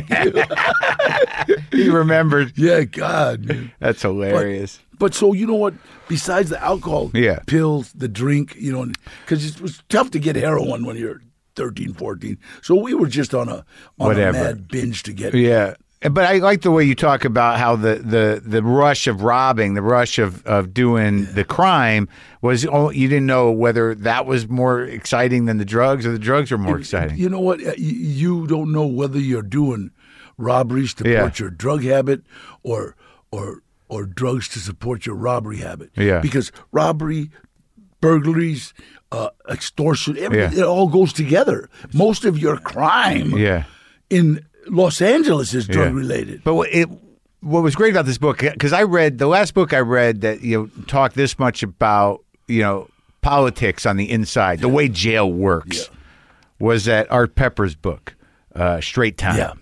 you."
He remembered.
yeah, God. man.
That's hilarious.
But so you know what? Besides the alcohol,
Yeah.
pills, the drink, you know, because it was tough to get heroin when you're 13, 14. So we were just on a on
Whatever.
a mad binge to get.
Yeah. But I like the way you talk about how the, the, the rush of robbing, the rush of, of doing the crime was, oh, you didn't know whether that was more exciting than the drugs or the drugs were more exciting.
You know what? Uh, y- You don't know whether you're doing robberies to
Yeah.
support your drug habit or or or drugs to support your robbery habit.
Yeah.
Because robbery, burglaries, uh, extortion, everything,
Yeah.
it all goes together. Most of your crime
Yeah.
in Los Angeles is drug
Yeah.
related.
But what it what was great about this book because I read the last book I read that you know talked this much about you know politics on the inside, the way jail works, was that Art Pepper's book, uh, Straight Time.
Yeah.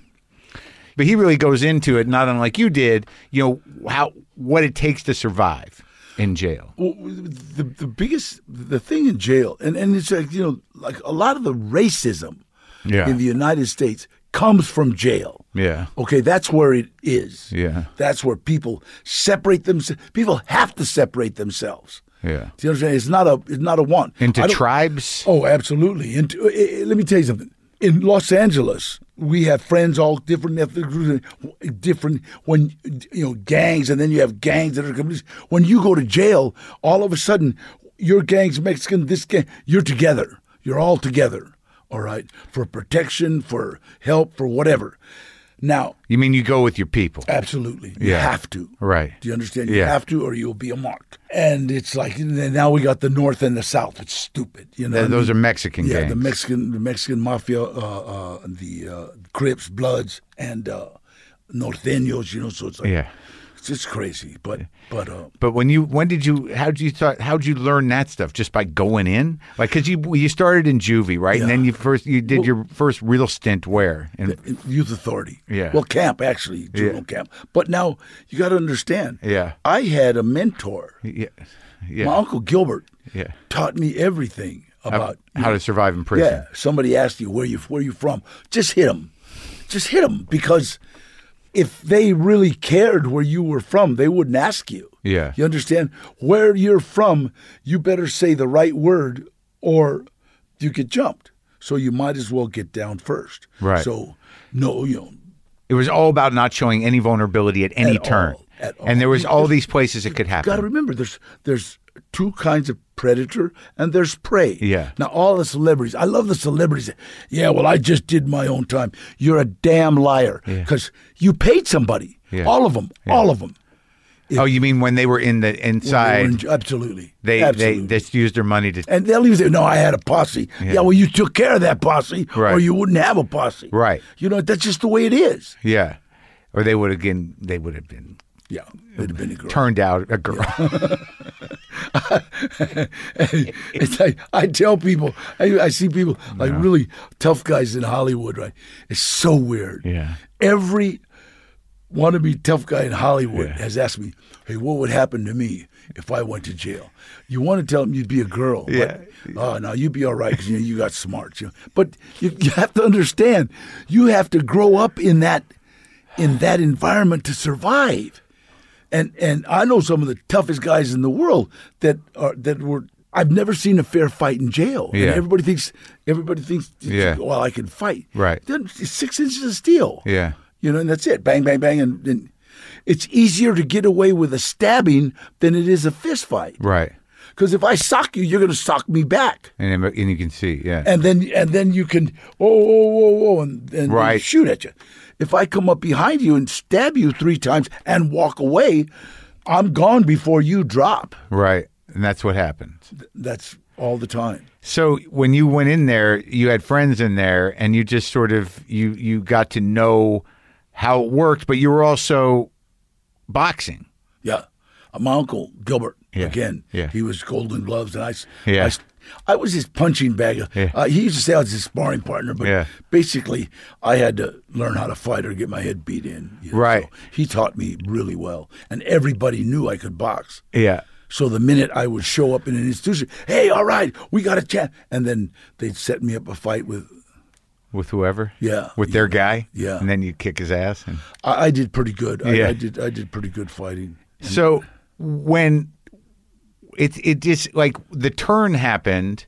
But he really goes into it, not unlike you did. You know how what it takes to survive in jail.
Well, the the biggest the thing in jail, and and it's like you know, like a lot of the racism
Yeah.
in the United States comes from jail.
Yeah.
Okay, that's where it is.
Yeah.
That's where people separate themselves. People have to separate themselves.
Yeah.
Do you understand? It's not a it's not a one
Into
I don't-
tribes.
Oh, absolutely. And uh, uh, let me tell you something. In Los Angeles, we have friends all different ethnic groups, and different when you know gangs, and then you have gangs that are companies. When you go to jail, all of a sudden, your gang's Mexican, this gang, you're together. You're all together. All right, for protection, for help, for whatever. Now,
You mean you go with your people,
absolutely, you
Yeah.
have to.
right?
Do you understand? You
Yeah.
have to, or you'll be a mark. And it's like now we got the north and the south. It's stupid. You know,
Th-
what I
Those
mean?
are Mexican
Yeah,
gangs.
the Mexican, the Mexican mafia, uh, uh, the uh, Crips, Bloods, and uh, Norteños. You know, so it's like,
Yeah.
it's just crazy. But but uh,
But when you, when did you, how did you thought, how did you learn that stuff? Just by going in, like, cause you you started in juvie, right? And then you first you did your first real stint where, and
youth authority.
Yeah.
Well, camp actually, juvenile camp. But now you got to understand.
Yeah.
I had a mentor.
yeah,
My
yeah,
uncle Gilbert.
Yeah.
Taught me everything about
how to survive in prison.
Yeah, somebody asked you where you where you from. Just hit them, just hit them because if they really cared where you were from, they wouldn't ask you.
Yeah.
you understand where you're from. You better say the right word, or you get jumped. So you might as well get down first.
Right.
So no, you know,
It was all about not showing any vulnerability at any
At all,
turn,
at all.
and there was all these places it could happen.
got to remember there's there's two kinds of predator and there's prey.
Yeah.
Now all the celebrities, I love the celebrities. Yeah, well I just did my own time. You're a damn liar because you paid somebody.
Yeah.
All of them. All of them.
oh, you mean when they were in the inside,
absolutely.
they, they
absolutely.
they just used their money to
and they'll either no, I had a posse. Yeah, well, you took care of that posse, or
Right.
you wouldn't have a posse.
Right.
You know that's just the way it is.
yeah, or they would have been they would have been
Yeah, it'd have been a girl.
turned out a girl.
it's like, I tell people, I, I see people like really tough guys in Hollywood, right? It's so weird.
Yeah.
Every wannabe tough guy in Hollywood has asked me, hey, what would happen to me if I went to jail? You want to tell them you'd be a girl.
Yeah.
But, oh, no, you'd be all right because you, know, you got smart. You know? But you, you have to understand, you have to grow up in that in that environment to survive and and I know some of the toughest guys in the world that are that were. I've never seen a fair fight in jail. And
Yeah.
everybody thinks everybody thinks.
Yeah.
Well, I can fight.
Right.
Then it's six inches of steel.
Yeah.
You know, and that's it. Bang, bang, bang, and, and it's easier to get away with a stabbing than it is a fist fight.
right,
Because if I sock you, you're going to sock me back,
and then- and you can see yeah,
and then and then you can whoa, whoa, whoa, whoa, and, and
Right.
shoot at you. If I come up behind you and stab you three times and walk away, I'm gone before you drop.
right, and that's what happens.
That's all the time.
So when you went in there, you had friends in there, and you just sort of you you got to know how it worked, but you were also boxing.
Yeah. Uh, My uncle Gilbert
Yeah.
again.
Yeah.
He was Golden Gloves, and I. s-
Yeah.
I s- I was his punching bag.
Yeah.
Uh, he used to say I was his sparring partner, but
Yeah.
basically I had to learn how to fight or get my head beat in. you know,
Right.
so he taught me really well, and everybody knew I could box.
Yeah,
So the minute I would show up in an institution, hey, all right, we got a chance, and then they'd set me up a fight with.
with whoever.
Yeah.
with their guy.
Yeah.
and then you kick his ass. And...
I, I did pretty good. I,
Yeah.
I did. I did pretty good fighting.
So when it it just like the turn happened,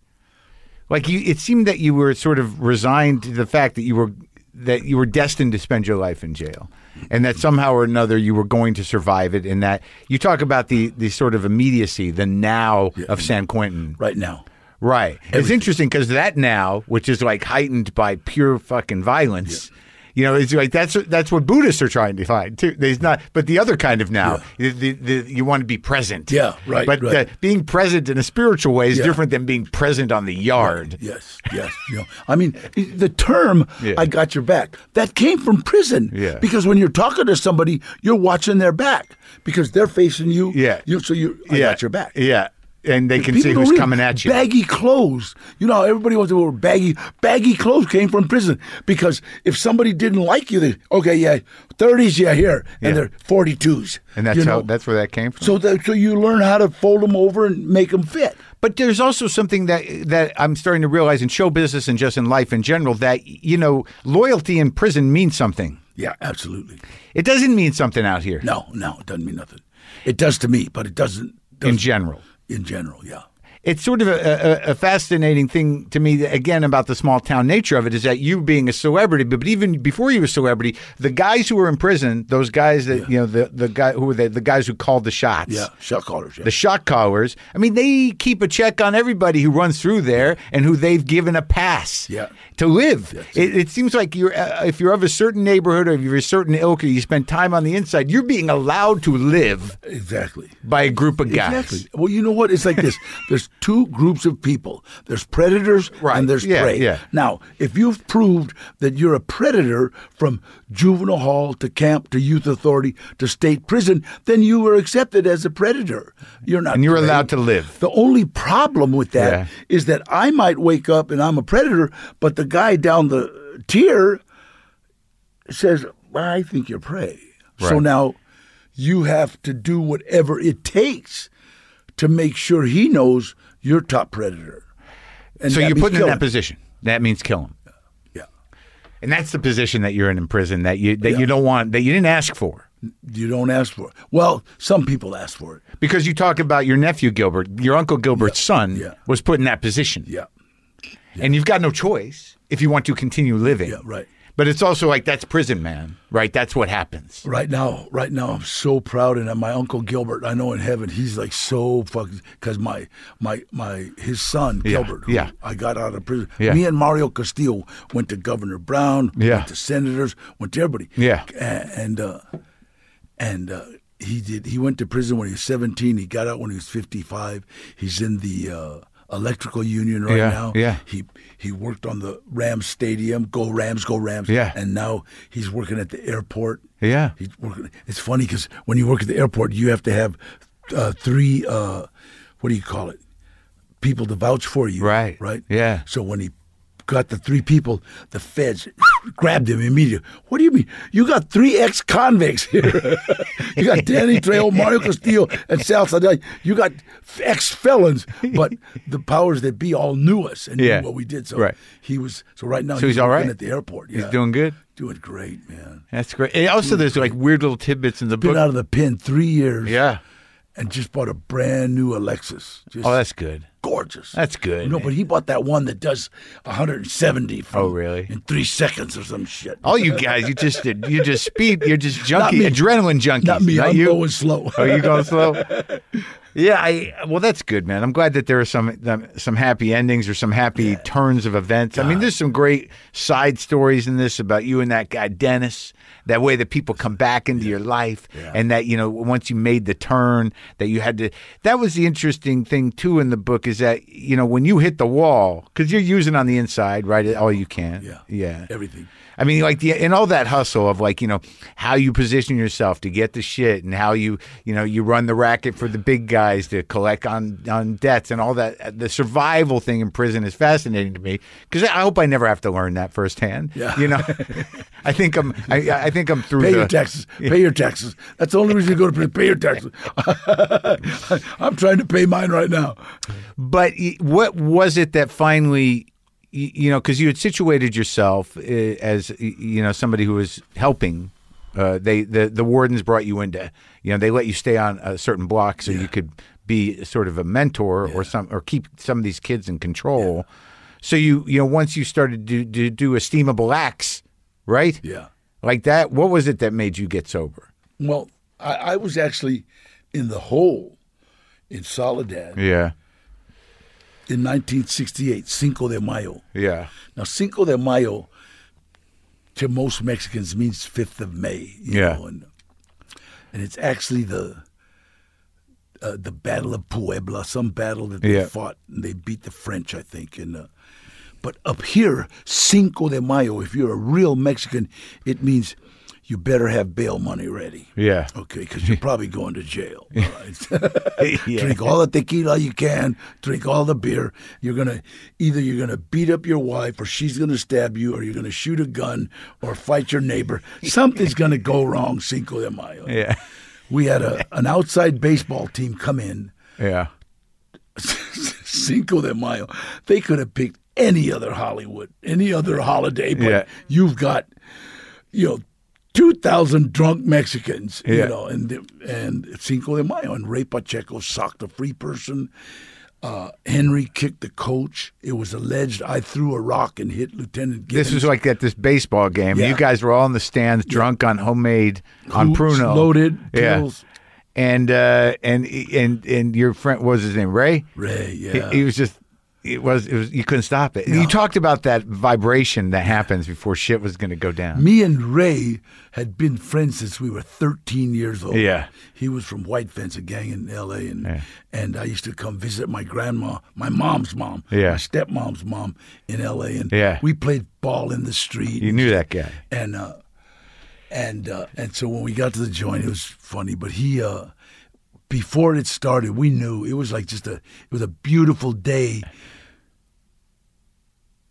like you, it seemed that you were sort of resigned to the fact that you were that you were destined to spend your life in jail, and that somehow or another you were going to survive it. And that you talk about the the sort of immediacy, the now of San Quentin,
Right now,
Right. It's interesting because that now, which is like heightened by pure fucking violence. You know, it's like that's that's what Buddhists are trying to find too. There's not, but the other kind of now, the, the, the, you want to be present.
Yeah, right,
But
right.
uh, being present in a spiritual way is
Yeah.
different than being present on the yard.
Yes, yes. You know, I mean, the term
Yeah.
"I got your back" that came from prison.
Yeah.
Because when you're talking to somebody, you're watching their back because they're facing you.
Yeah.
You so you I
yeah,
got your back.
Yeah, and they can see
People
who's
don't
coming
realize
at you.
Baggy clothes. You know, how everybody wants to wear baggy. Baggy clothes came from prison because if somebody didn't like you, they okay, yeah, thirties, yeah, here, and
Yeah.
they're forty twos.
and that's
you
how
know?
that's where that came from.
So that so you learn how to fold them over and make them fit.
But there's also something that that I'm starting to realize in show business and just in life in general that you know loyalty in prison means something.
Yeah, absolutely.
It doesn't mean something out here
No, no, it doesn't mean nothing. It does to me, but it doesn't.
in
doesn't
general.
in general, yeah.
It's sort of a, a, a fascinating thing to me, that, again, about the small town nature of it is that you being a celebrity, but but even before you were a celebrity, the guys who were in prison, those guys that, you know, the, the guy who were they, the guys who called the shots,
Yeah, shot callers. Yeah.
the shot callers, I mean, they keep a check on everybody who runs through there and who they've given a pass
Yeah.
to live. It, it seems like you're, uh, if you're of a certain neighborhood or if you're a certain ilk or you spend time on the inside, you're being allowed to live
exactly.
by a group of guys.
Exactly. Well, you know what? It's like this. There's two groups of people. There's predators
Right.
and there's
Yeah,
prey.
yeah.
Now, if you've proved that you're a predator from juvenile hall to camp to youth authority to state prison, then you were accepted as a predator. You're not.
And you're
prey.
allowed to live.
The only problem with that is
Yeah.
that I might wake up and I'm a predator, but the guy down the tier says, well, "I think you're prey." So
Right.
now you have to do whatever it takes to make sure he knows you're top predator. And
So
that
you're
means
put in
kill
that
him.
position. That means kill him.
Yeah.
And that's the position that you're in in prison that you that you don't want that you didn't ask for.
You don't ask for it. Well, some people ask for it.
Because you talk about your nephew Gilbert, your uncle Gilbert's son
Yeah.
was put in that position.
Yeah.
And you've got no choice if you want to continue living.
Yeah, right.
But it's also like that's prison man, right? That's what happens.
Right now, right now, I'm so proud, and my uncle Gilbert, I know in heaven, he's like so fucking because my my my his son
Yeah,
Gilbert, who
yeah.
I got out of prison.
Yeah.
Me and Mario Castillo went to Governor Brown,
Yeah.
went to senators, went to everybody,
Yeah.
A- and uh, and uh, he did. He went to prison when he was 17. He got out when he was 55. He's in the uh, electrical union right
Yeah,
now.
yeah.
He he worked on the Rams stadium. Go Rams, go Rams.
Yeah.
And now he's working at the airport.
Yeah.
He's working. It's funny because when you work at the airport, you have to have uh, three. Uh, what do you call it? People to vouch for you.
Right.
Right.
Yeah.
So when he got the three people, the feds grabbed him immediately. What do you mean? You got three ex-convicts here. you got Danny Trejo, Mario Castillo, and Sal Sadai. You got ex-felons, but the powers that be all knew us and
Yeah.
knew what we did. So
Right.
he was. So right now
So he's all
working
right?
at the airport.
He's
yeah.
doing good.
doing great, man.
That's great. And also, there's like weird little tidbits in the
Been
book.
out of the pen three years.
yeah.
And just bought a brand new Alexis. Just
Oh, that's good.
gorgeous.
That's good.
No, but he bought that one that does 170. From,
Oh, really? Oh,
In three seconds or some shit.
All you guys, you just you just speed. You're just junkie,
me.
adrenaline junkies.
Not me. I'm
you.
going slow.
Are you going slow? Yeah, I well, that's good, man. I'm glad that there are some um, some happy endings or some happy turns of events. I mean, there's some great side stories in this about you and that guy Dennis. That way that people come back into your life, and that you know once you made the turn, that you had to. That was the interesting thing too in the book is that you know when you hit the wall because you're using on the inside, right? All you can.
Yeah.
yeah.
Everything.
I mean, like the and all that hustle of like you know how you position yourself to get the shit and how you you know you run the racket for the big guys to collect on on debts and all that. The survival thing in prison is fascinating to me because I hope I never have to learn that firsthand.
Yeah.
you know, I think I'm I, I think I'm through
Pay
the
your taxes. Pay your taxes. That's the only reason you go to prison. Pay your taxes. I'm trying to pay mine right now.
But y- what was it that finally, y- you know, because you had situated yourself uh, as y- you know somebody who was helping. Uh, they the the wardens brought you into, you know, they let you stay on a certain block so you could be sort of a mentor or some or keep some of these kids in control. So you you know once you started to, to do esteemable acts, right?
Yeah.
Like that. What was it that made you get sober?
Well, I, I was actually in the hole in Soledad
Yeah.
in 1968, Cinco de Mayo.
Yeah.
Now, Cinco de Mayo to most Mexicans means 5th of May. You
Yeah.
Know, and, and it's actually the uh, the Battle of Puebla, some battle that they
Yeah.
fought. And they beat the French, I think. And uh, But up here, Cinco de Mayo, if you're a real Mexican, it means you better have bail money ready.
Yeah.
Okay, because you're probably going to jail. All right? drink all the tequila you can, drink all the beer. You're gonna either you're gonna beat up your wife, or she's gonna stab you, or you're gonna shoot a gun, or fight your neighbor. Something's gonna go wrong. Cinco de Mayo.
Yeah.
We had a an outside baseball team come in.
Yeah.
Cinco de Mayo. They could have picked any other Hollywood, any other holiday, but
Yeah.
you've got, you know, two thousand drunk Mexicans,
Yeah.
you know, and and Cinco de Mayo and Ray Pacheco socked a free person. Uh, Henry kicked the coach. It was alleged I threw a rock and hit Lieutenant. Gibbons.
This was like at this baseball game.
Yeah.
You guys were all in the stands, drunk on homemade on
Hoops
Pruno,
loaded,
yeah.
pills.
And uh, and and and your friend what was his name Ray.
Ray.
He-
Yeah,
He, was just. It was, it was. You couldn't stop it. You talked about that vibration that happens before shit was going to go down.
Me and Ray had been friends since we were 13 years old.
Yeah.
He was from White Fence, a gang in L.A., and
Yeah.
and I used to come visit my grandma, my mom's mom,
Yeah.
my stepmom's mom in L.A., and
Yeah.
we played ball in the street.
You knew that guy.
And uh, and uh, and so when we got to the joint, it was funny. But he, uh, before it started, we knew it was like just a it was a beautiful day,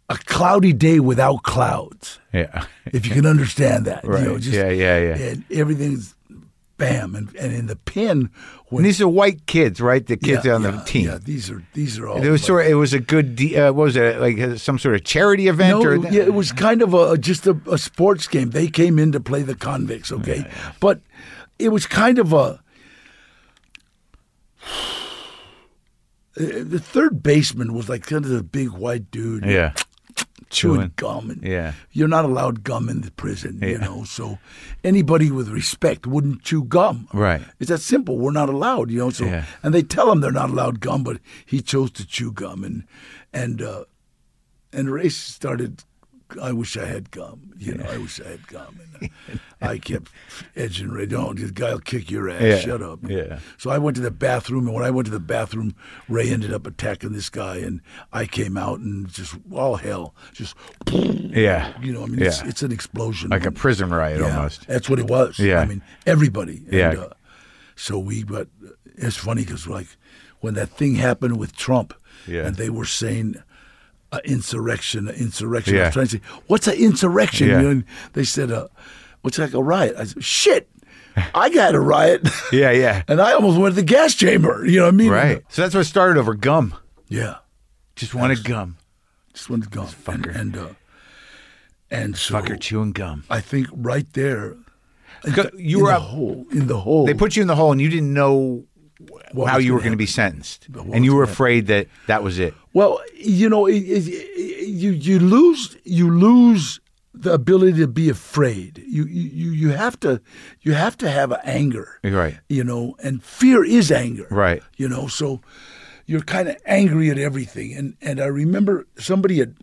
a cloudy day without clouds
Yeah.
if you can understand that. You know,
Right.
just,
Yeah, yeah, yeah.
And everything's bam, and, and in the pen,
And
when
these are white kids, right? The kids
yeah,
on
yeah,
the team.
Yeah, these are these are all.
It was
like-
sort. It was a good. De- uh, what was it like? uh, Some sort of charity event
no,
or
yeah, it was kind of a just a, a sports game. They came in to play the convicts, okay, but it was kind of a. Uh, The third baseman was like kind of the big white dude.
yeah.
chewing
Chewing.
gum. And
Yeah.
You're not allowed gum in the prison, you
Yeah.
know. So anybody with respect wouldn't chew gum.
Right.
It's that simple. We're not allowed, you know. So
Yeah.
and they tell him they're not allowed gum, but he chose to chew gum and and uh and race started I wish I had gum. You know, I wish I had gum. And uh, I kept edging right on. This guy will kick your ass.
Yeah.
Shut up.
Yeah.
So I went to the bathroom, and when I went to the bathroom, Ray ended up attacking this guy, and I came out and just all hell, just
Yeah.
you know, I mean,
yeah.
it's, it's an explosion,
like a prison riot
Yeah,
almost.
That's what it was.
Yeah.
I mean, everybody.
Yeah.
And, uh, so we, but it's funny because like when that thing happened with Trump,
Yeah.
and they were saying. Uh, insurrection, a insurrection. I
Yeah.
was trying to say, what's an insurrection?
Yeah.
You know, and they said, uh, what's like a riot? I said, shit, I got a riot.
Yeah, yeah.
And I almost went to the gas chamber. You know what I mean?
Right. So that's what started over gum.
Yeah.
Just wanted gum.
Just went to go.
fucker.
And, and, uh, and so
Fucker chewing gum.
I think right there,
Because you
in
were
the
up-
hole. In the hole.
They put you in the hole and you didn't know
what
how
was
you
gonna
were going to
happen.
be sentenced.
what
And you
was
were
gonna
afraid that that was it.
Well, you know, it, it, it- you you lose you lose the ability to be afraid. You you you- you have to you have to have a anger.
You're right.
You know, and fear is anger.
Right.
You know, so you're kind of angry at everything. And and I remember somebody had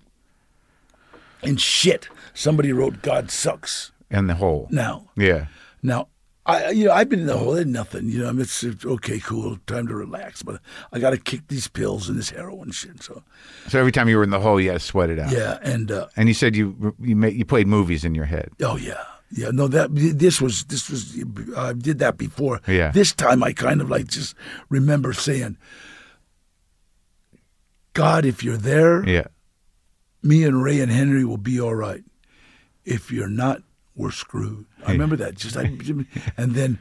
and shit. Somebody wrote "God sucks."
In the hole.
Now,
Yeah.
now, I you know I've been in the hole. There's nothing. You know, I mean, it's, it's okay, cool, time to relax. But I got to kick these pills and this heroin shit. So
So every time you were in the hole, you had to sweat it out.
yeah, and uh,
And you said you you made, you played movies in your head.
oh yeah, yeah. No, that this was this was I did that before.
Yeah.
This time I kind of like just remember saying, God, if you're there,
Yeah.
me and Ray and Henry will be all right. If you're not, we're screwed. I remember that. Just I, and then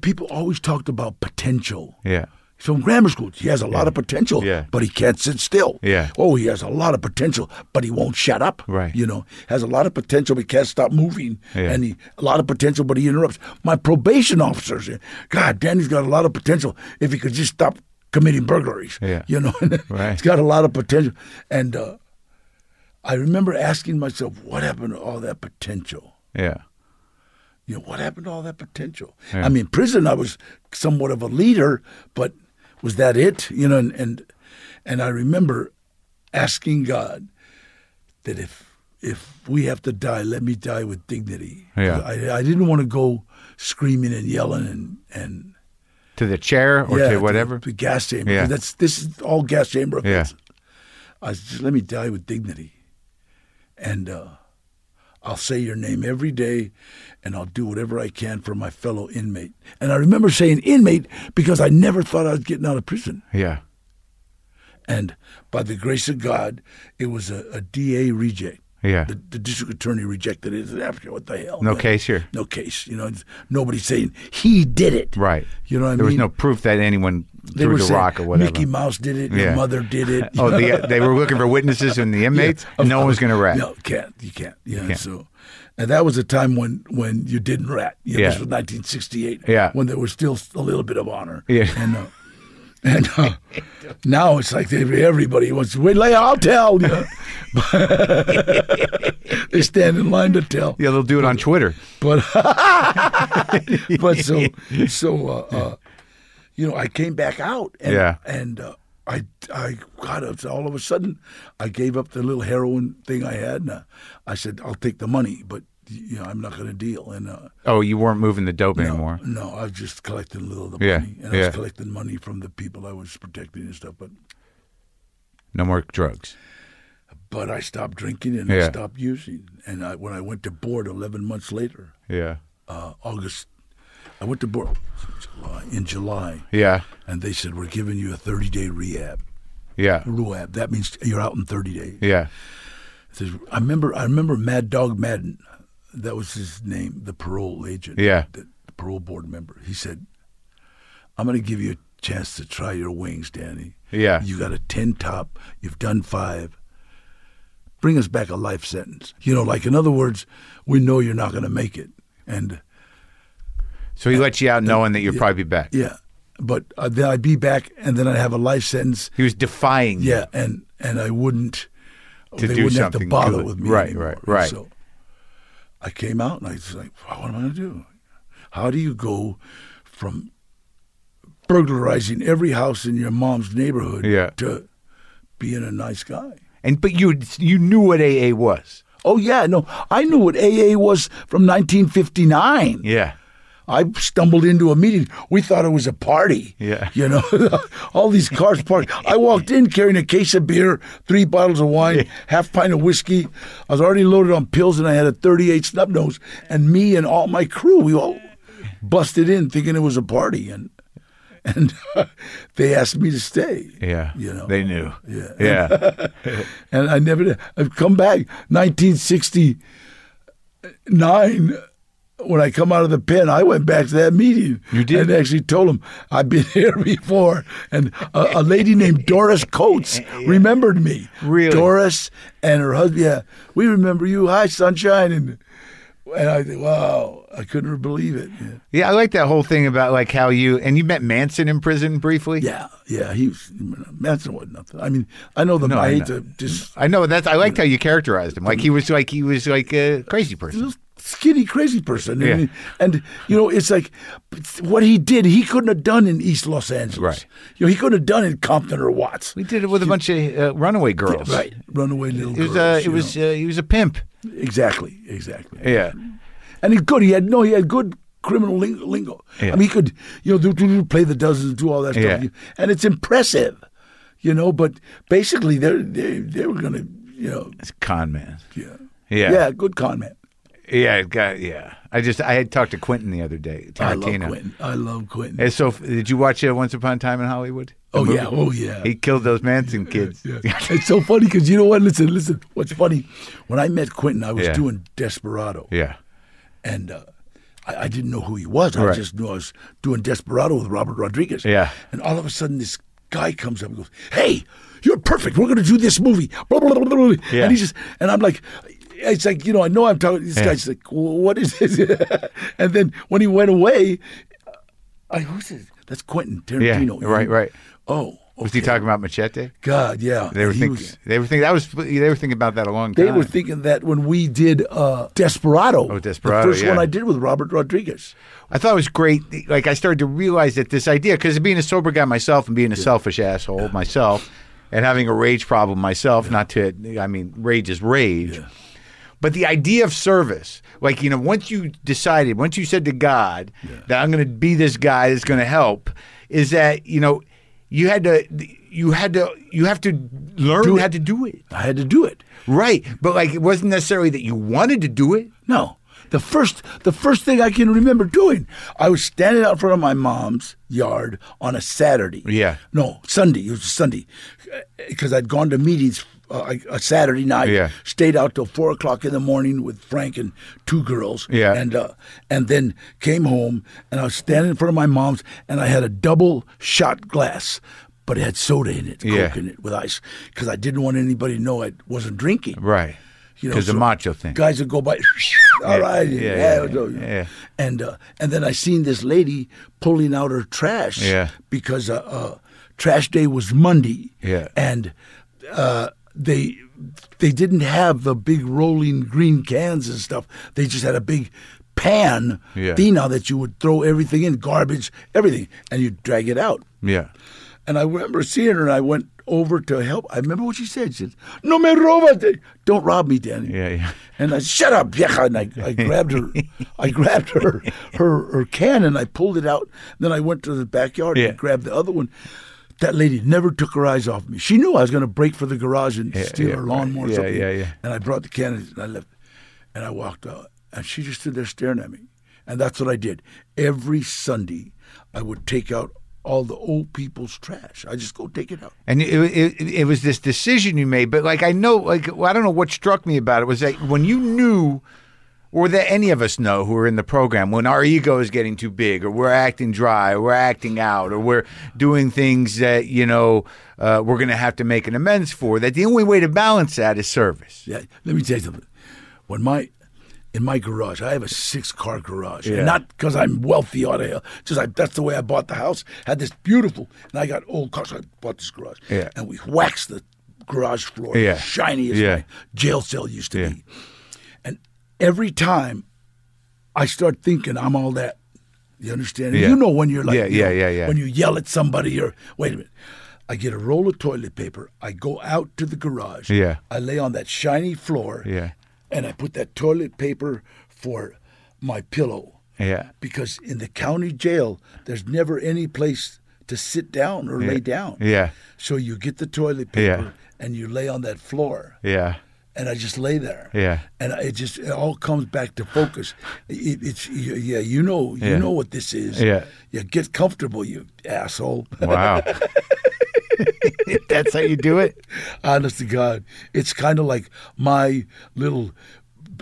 people always talked about potential.
Yeah.
He's from grammar school. He has a lot of potential,
Yeah.
but he can't sit still.
Yeah.
Oh, he has a lot of potential, but he won't shut up.
Right.
You know, has a lot of potential, but can't stop moving.
Yeah.
And he a lot of potential, but he interrupts. My probation officer said, "God, Danny's got a lot of potential. If he could just stop committing burglaries,
Yeah.
you know,
Right.
he's got a lot of potential." And uh, I remember asking myself, "What happened to all that potential?"
Yeah.
you know, what happened to all that potential? I mean, prison, I was somewhat of a leader, but was that it? You know, and and, and I remember asking God that if if we have to die, let me die with dignity.
Yeah.
I, I didn't want to go screaming and yelling and and
To the chair or
yeah,
to whatever.
the, the gas chamber.
Yeah.
That's this is all gas chamber.
Yeah.
offenses. I said, just let me die with dignity, and uh, I'll say your name every day, and I'll do whatever I can for my fellow inmate. And I remember saying inmate because I never thought I was getting out of prison.
yeah.
And by the grace of God, it was a, a DA reject.
Yeah.
The, the district attorney rejected it. And after what the hell?
No case here.
No case. You know, it's- nobody's saying he did it.
Right.
You know what I
there was
mean?
no proof that anyone
They
threw
were
the
saying,
rock or whatever.
Mickey Mouse did it. Your
Yeah.
mother did it.
oh, the, they were looking for witnesses and the inmates. and no one was going to rat.
No, can't you can't. Yeah.
can't.
So, and that was a time when when you didn't rat. You know,
Yeah.
This was 1968.
Yeah.
When there was still a little bit of honor.
Yeah.
And. Uh, and uh, now it's like they, everybody wants to wait. Like, I'll tell. You know? they stand in line to tell.
Yeah, they'll do it on Twitter.
But but so so uh, uh, you know, I came back out and
Yeah.
and uh, I I got up all of a sudden. I gave up the little heroin thing I had, and uh, I said I'll take the money, but you know I'm not going to deal. And uh,
Oh, you weren't moving the dope
no,
anymore.
No, I was just collecting a little of the
Yeah,
money, and I
yeah.
was collecting money from the people I was protecting and stuff. But
No more drugs.
but I stopped drinking and
Yeah.
I stopped using. And I, when I went to board 11 months later,
Yeah.
uh, August. I went to board July, in July,
Yeah.
and they said we're giving you a 30-day rehab.
Yeah.
Rehab. That means you're out in 30 days.
Yeah.
It says- I remember. I remember Mad Dog Madden. That was his name, the parole agent.
Yeah.
The, the parole board member. He said, "I'm going to give you a chance to try your wings, Danny.
Yeah.
You got a 10 top. You've done five." Bring us back a life sentence. You know, like in other words, we know you're not going to make it. And
So he let you out knowing that you'd probably be back.
Yeah, but uh, then I'd be back, and then I'd have a life sentence.
He was defying you.
Yeah, and and I wouldn't,
to
they
do
wouldn't have
something
to bother
good.
with me.
Right,
anymore.
right,
And
right.
So I came out and I was like, "Wow, what am I going to do? How do you go from burglarizing every house in your mom's neighborhood
Yeah.
to being a nice guy?
And but you you knew what AA was.
Oh yeah, no, I knew what AA was from 1959.
Yeah.
I stumbled into a meeting. We thought it was a party.
Yeah.
You know, all these cars parked. I walked in carrying a case of beer, three bottles of wine, half pint of whiskey. I was already loaded on pills and I had a 38 snub nose. And me and all my crew, we all busted in thinking it was a party. And and they asked me to stay.
Yeah.
You know.
They knew. Yeah. Yeah.
and I never did. I've come back 1969 when I come out of the pen I went back to that meeting
You did?
and actually told them I've been here before and a, a lady named Doris Coates remembered me
Really?
Doris and her husband yeah we remember you hi sunshine and and I think wow I couldn't believe it yeah
yeah, I like that whole thing about like how you and you met Manson in prison briefly.
yeah, yeah he was Manson was nothing I mean I know the
No,
I
I
hate
know.
to just
I know that's I liked how you characterized him. Like he was like he was like a crazy person.
little skinny crazy person
Yeah.
and, and, you know it's like but what he did he couldn't have done in east los angeles
Right.
you know he couldn't have done in compton or watts
We did it with a bunch of uh, runaway girls.
right runaway little
It was
girls,
uh, it
you
was uh, he was a pimp.
know. exactly exactly
Yeah.
and he good he had no he had good criminal ling- lingo
Yeah.
i mean he could you know do, do, do, play the dozens do all that
Yeah.
stuff and it's impressive you know but basically they're, they they were gonna you know
It's a con man.
yeah
Yeah.
yeah good con man
Yeah, it got yeah. I just I had talked to Quentin the other day.
Oh, i love
Tarantino.
quentin i love quentin
And so, did you watch uh, Once Upon a Time in Hollywood? The
oh
movie?
yeah oh yeah
He killed those Manson kids.
Yeah. it's so funny because you know what? Listen, listen. What's funny? When I met Quentin, I was
Yeah.
doing Desperado,
Yeah.
and uh, I, I didn't know who he was. I
Right.
just knew I was doing Desperado with Robert Rodriguez.
Yeah.
And all of a sudden, this guy comes up and goes, "Hey, you're perfect. We're going to do this movie." Blah blah blah blah. blah.
Yeah.
And he just and I'm like. It's like you know. I know I'm talking. This
Yeah.
guy's like, "Wh- "What is this?" and then when he went away, I who's this? That's Quentin Tarantino.
right, right.
Oh,
Was
okay.
he talking about Machete?
God, yeah.
They were
He
thinking.
was-
they were thinking that was. They were thinking about that a long time.
They were thinking that when we did uh, Desperado.
Oh, Desperado,
The first
yeah.
one I did with Robert Rodriguez.
I thought it was great. Like I started to realize that this idea, because being a sober guy myself and being a selfish asshole myself, and having a rage problem myself, not to. I mean, rage is rage. But the idea of service, like you know, once you decided, once you said to God that I'm going to be this guy that's going to help, is that you know, you had to, you had to, you have to learn
Do it.
how to do it,
I had to do it.
right? But like, it wasn't necessarily that you wanted to do it.
No. The first the first thing I can remember doing, I was standing out front of my mom's yard on a Saturday.
Yeah.
No, Sunday. It was a Sunday. Because I'd gone to meetings uh, I- a Saturday night.
Yeah.
Stayed out till 4 o'clock in the morning with Frank and two girls.
Yeah.
And, uh, and then came home, and I was standing in front of my mom's, and I had a double shot glass. But it had soda in it,
Yeah.
coke in it, with ice, because I didn't want anybody to know I wasn't drinking.
Right.
You know,
Because
so
the macho thing.
Guys would go by. All right,
yeah,
yeah,
yeah,
it was, uh,
yeah.
and uh, and then I seen this lady pulling out her trash.
Yeah.
because uh, uh, trash day was Monday.
Yeah.
and uh, they they didn't have the big rolling green cans and stuff. They just had a big pan
Yeah.
thing now that you would throw everything in garbage, everything, and you drag it out.
Yeah.
And I remember seeing her, and I went over to help. I remember what she said. She said, "No me robas, don't rob me, Danny."
Yeah, yeah.
And I said, shut up, vieja. And I, I grabbed her, I grabbed her, her, her can, and I pulled it out. Then I went to the backyard
Yeah.
and grabbed the other one. That lady never took her eyes off me. She knew I was going to break for the garage and steal
yeah,
her lawnmower. or
yeah,
something.
yeah, yeah.
And I brought the can and I left, and I walked out, and she just stood there staring at me. And that's what I did every Sunday. I would take out all the old people's trash. I just go take it out.
And it, it, it was this decision you made, but like I know, like well, I don't know what struck me about it was that when you knew, or that any of us know who are in the program, when our ego is getting too big, or we're acting dry, or we're acting out, or we're doing things that you know uh, we're going to have to make an amends for, that the only way to balance that is service.
Yeah, let me tell you something. When my in my garage, I have a six car garage.
Yeah.
And not because I'm wealthy out of hell. Just like that's the way I bought the house. Had this beautiful, and I got old cars. So I bought this garage,
Yeah.
and we waxed the garage floor,
Yeah.
shiny as
Yeah.
my jail cell used to
Yeah.
be. And every time I start thinking I'm all that. You understand? And
Yeah.
You know when you're like,
Yeah,
you
yeah,
know,
yeah, yeah.
When you yell at somebody or wait a minute. I get a roll of toilet paper. I go out to the garage.
Yeah.
I lay on that shiny floor.
Yeah.
And I put that toilet paper for my pillow
Yeah.
because in the county jail there's never any place to sit down or lay down.
Yeah.
So you get the toilet
Yeah.
paper and you lay on that floor
Yeah.
and I just lay there.
Yeah.
And it just it all comes back to focus. It, it's yeah, you know, you
Yeah.
know what this is.
Yeah.
Yeah, get comfortable, you asshole.
Wow. That's how you do it?
Honest to God, it's kind of like my little,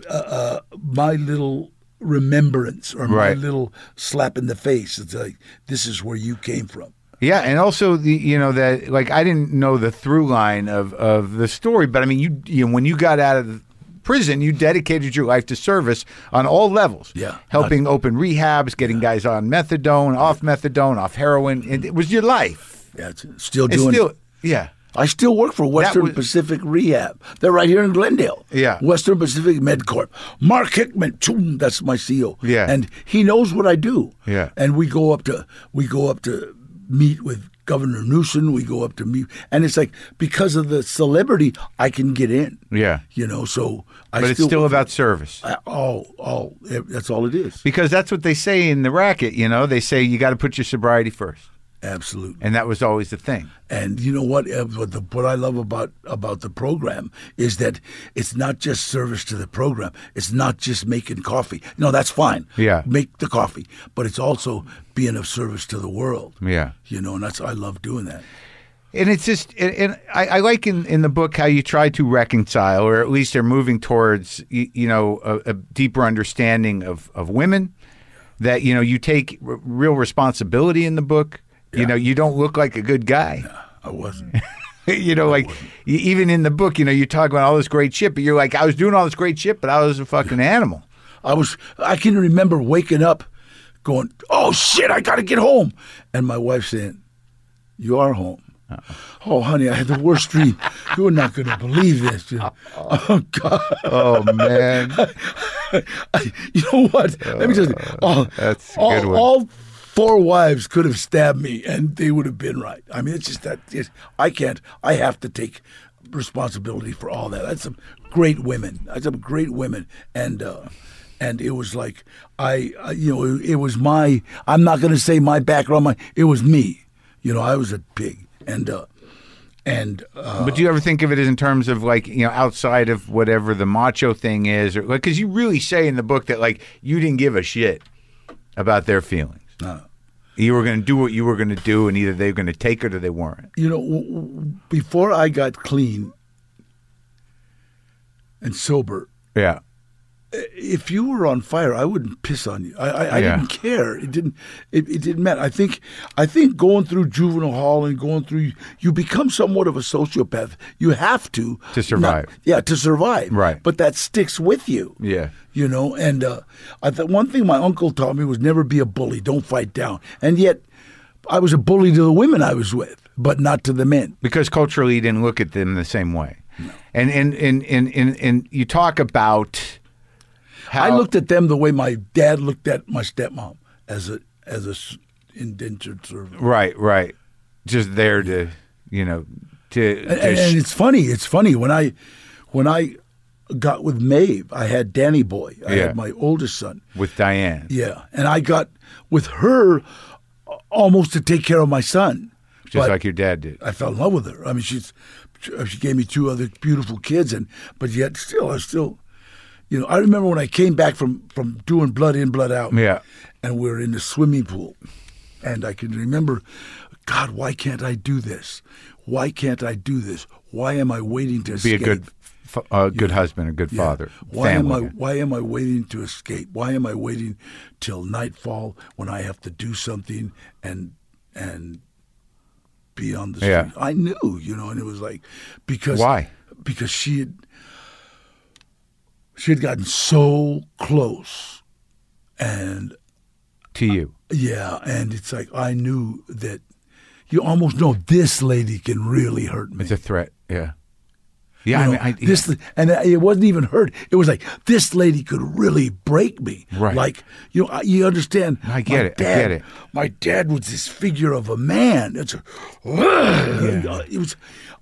uh, uh, my little remembrance or
Right.
my little slap in the face. It's like this is where you came from.
Yeah, and also the you know that like I didn't know the through line of of the story, but I mean you you know, when you got out of prison, you dedicated your life to service on all levels.
Yeah.
helping open rehabs, getting guys on methadone, off methadone, off heroin. And it was your life.
Yeah, it's still
It's
doing.
still
it.
yeah.
I still work for Western
was-
Pacific Rehab. They're right here in Glendale.
Yeah.
Western Pacific MedCorp. Mark Hickman, choom, that's my CEO.
Yeah.
And he knows what I do.
Yeah.
And we go up to we go up to meet with Governor Newsom. We go up to meet, and it's like because of the celebrity, I can get in.
Yeah.
You know, so I.
But it's still about service.
I, oh, oh, eh, that's all it is.
Because that's what they say in the racket, you know. They say you got to put your sobriety first.
Absolutely.
And that was always the thing.
And you know what? uh, What, the, what I love about about the program is that it's not just service to the program. It's not just making coffee. No, that's fine.
Yeah.
make the coffee, but it's also being of service to the world.
Yeah.
you know, and that's I love doing that.
And it's just, and, and I, I like in, in the book how you try to reconcile, or at least they're moving towards, you, you know, a, a deeper understanding of, of women. That you know, you take r- real responsibility in the book. You know, you don't look like a good guy.
I wasn't.
you know, like y even in the book, you know, you talk about all this great shit, but you're like, I was doing all this great shit, but I was a fucking animal.
I was. I can remember waking up, going, "Oh shit, I gotta get home," and my wife saying, "You are home."
Uh-uh.
Oh, honey, I had the worst dream. You're not going to believe this.
Uh-uh.
Oh, God.
Oh man,
I, you know what? Let me just. All,
Uh, that's a
all,
good one.
all four wives could have stabbed me, and they would have been right. I mean, it's just that it's, I can't. I have to take responsibility for all that. That's some great women. That's some great women, and. uh and it was like I, I you know, it, it was my. I'm not going to say my background. My, it was me. You know, I was a pig, and uh, and uh,
but do you ever think of it as in terms of like you know outside of whatever the macho thing is, or like because you really say in the book that like you didn't give a shit about their feelings. You were going to do what you were going to do, and either they were going to take it or they weren't.
you know, w- w- before I got clean and sober,
Yeah,
if you were on fire, I wouldn't piss on you. I, I, I
Yeah.
didn't care. It didn't. It, it didn't matter. I think. I think going through juvenile hall and going through, you become somewhat of a sociopath. You have to
To survive.
Not- yeah, to survive.
Right.
But that sticks with you.
Yeah.
You know, and uh, I th- one thing my uncle taught me was never be a bully. Don't fight down. And yet, I was a bully to the women I was with, but not to the men.
because culturally you didn't look at them the same way. And, and and and and and you talk about how
I looked at them the way my dad looked at my stepmom as a as a s- indentured servant.
right, right, just there to you know to,
And,
to
and- and it's funny. It's funny when I when I got with Maeve, I had Danny Boy. I
Yeah.
had my oldest son.
with Diane.
Yeah, and I got with her almost to take care of my son.
just
But-
like your dad did.
I fell in love with her. I mean, she's she gave me two other beautiful kids, and but yet still, I still, you know, I remember when I came back from from doing blood in, blood out.
Yeah.
and we are in the swimming pool, and I can remember, God, why can't I do this? Why can't I do this? Why am I waiting to
Be a
escape?
good, f- a good husband, a good
Yeah.
father.
Why
family.
am I why am I waiting to escape? Why am I waiting till nightfall when I have to do something and and be on the street?
Yeah.
I knew, you know, and it was like because
Why?
Because she had she had gotten so close and
to you?
yeah, and it's like I knew that you almost know this lady can really hurt me.
It's a threat. Yeah, Yeah,
you
I
know,
mean, I-
this and it wasn't even hurt. It was like this lady could really break me.
Right.
Like you know, I- you understand.
I get
my
it, I
Dad,
get it.
My dad was this figure of a man. It's a, uh, it was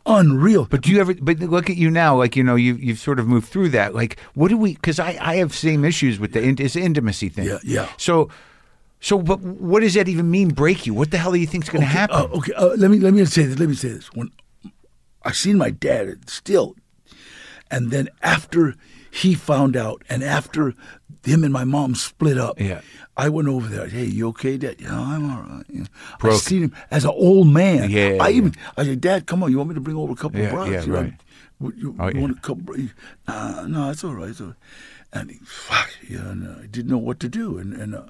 unreal.
But do you ever? But look at you now. Like you know, you you've sort of moved through that. Like, what do we? Because I I have same issues with the in- this intimacy thing.
Yeah, yeah.
So, so, but what does that even mean? Break you? What the hell do you think's going to happen?
Uh, okay, uh, let me let me say this. Let me say this. When I seen my dad still, and then after he found out, and after him and my mom split up,
Yeah.
I went over there. Hey, you okay, Dad? Yeah, I'm all right. You know, I
Broke.
seen him as an old man.
Yeah,
I
yeah.
even I said, Dad, come on. You want me to bring over a couple
Yeah,
of brats?
yeah,
You know,
right.
would you,
Oh,
you
yeah.
want a couple? Uh, no, it's all right. It's all right. And he, fuck, you know, I didn't know what to do, and and. Uh,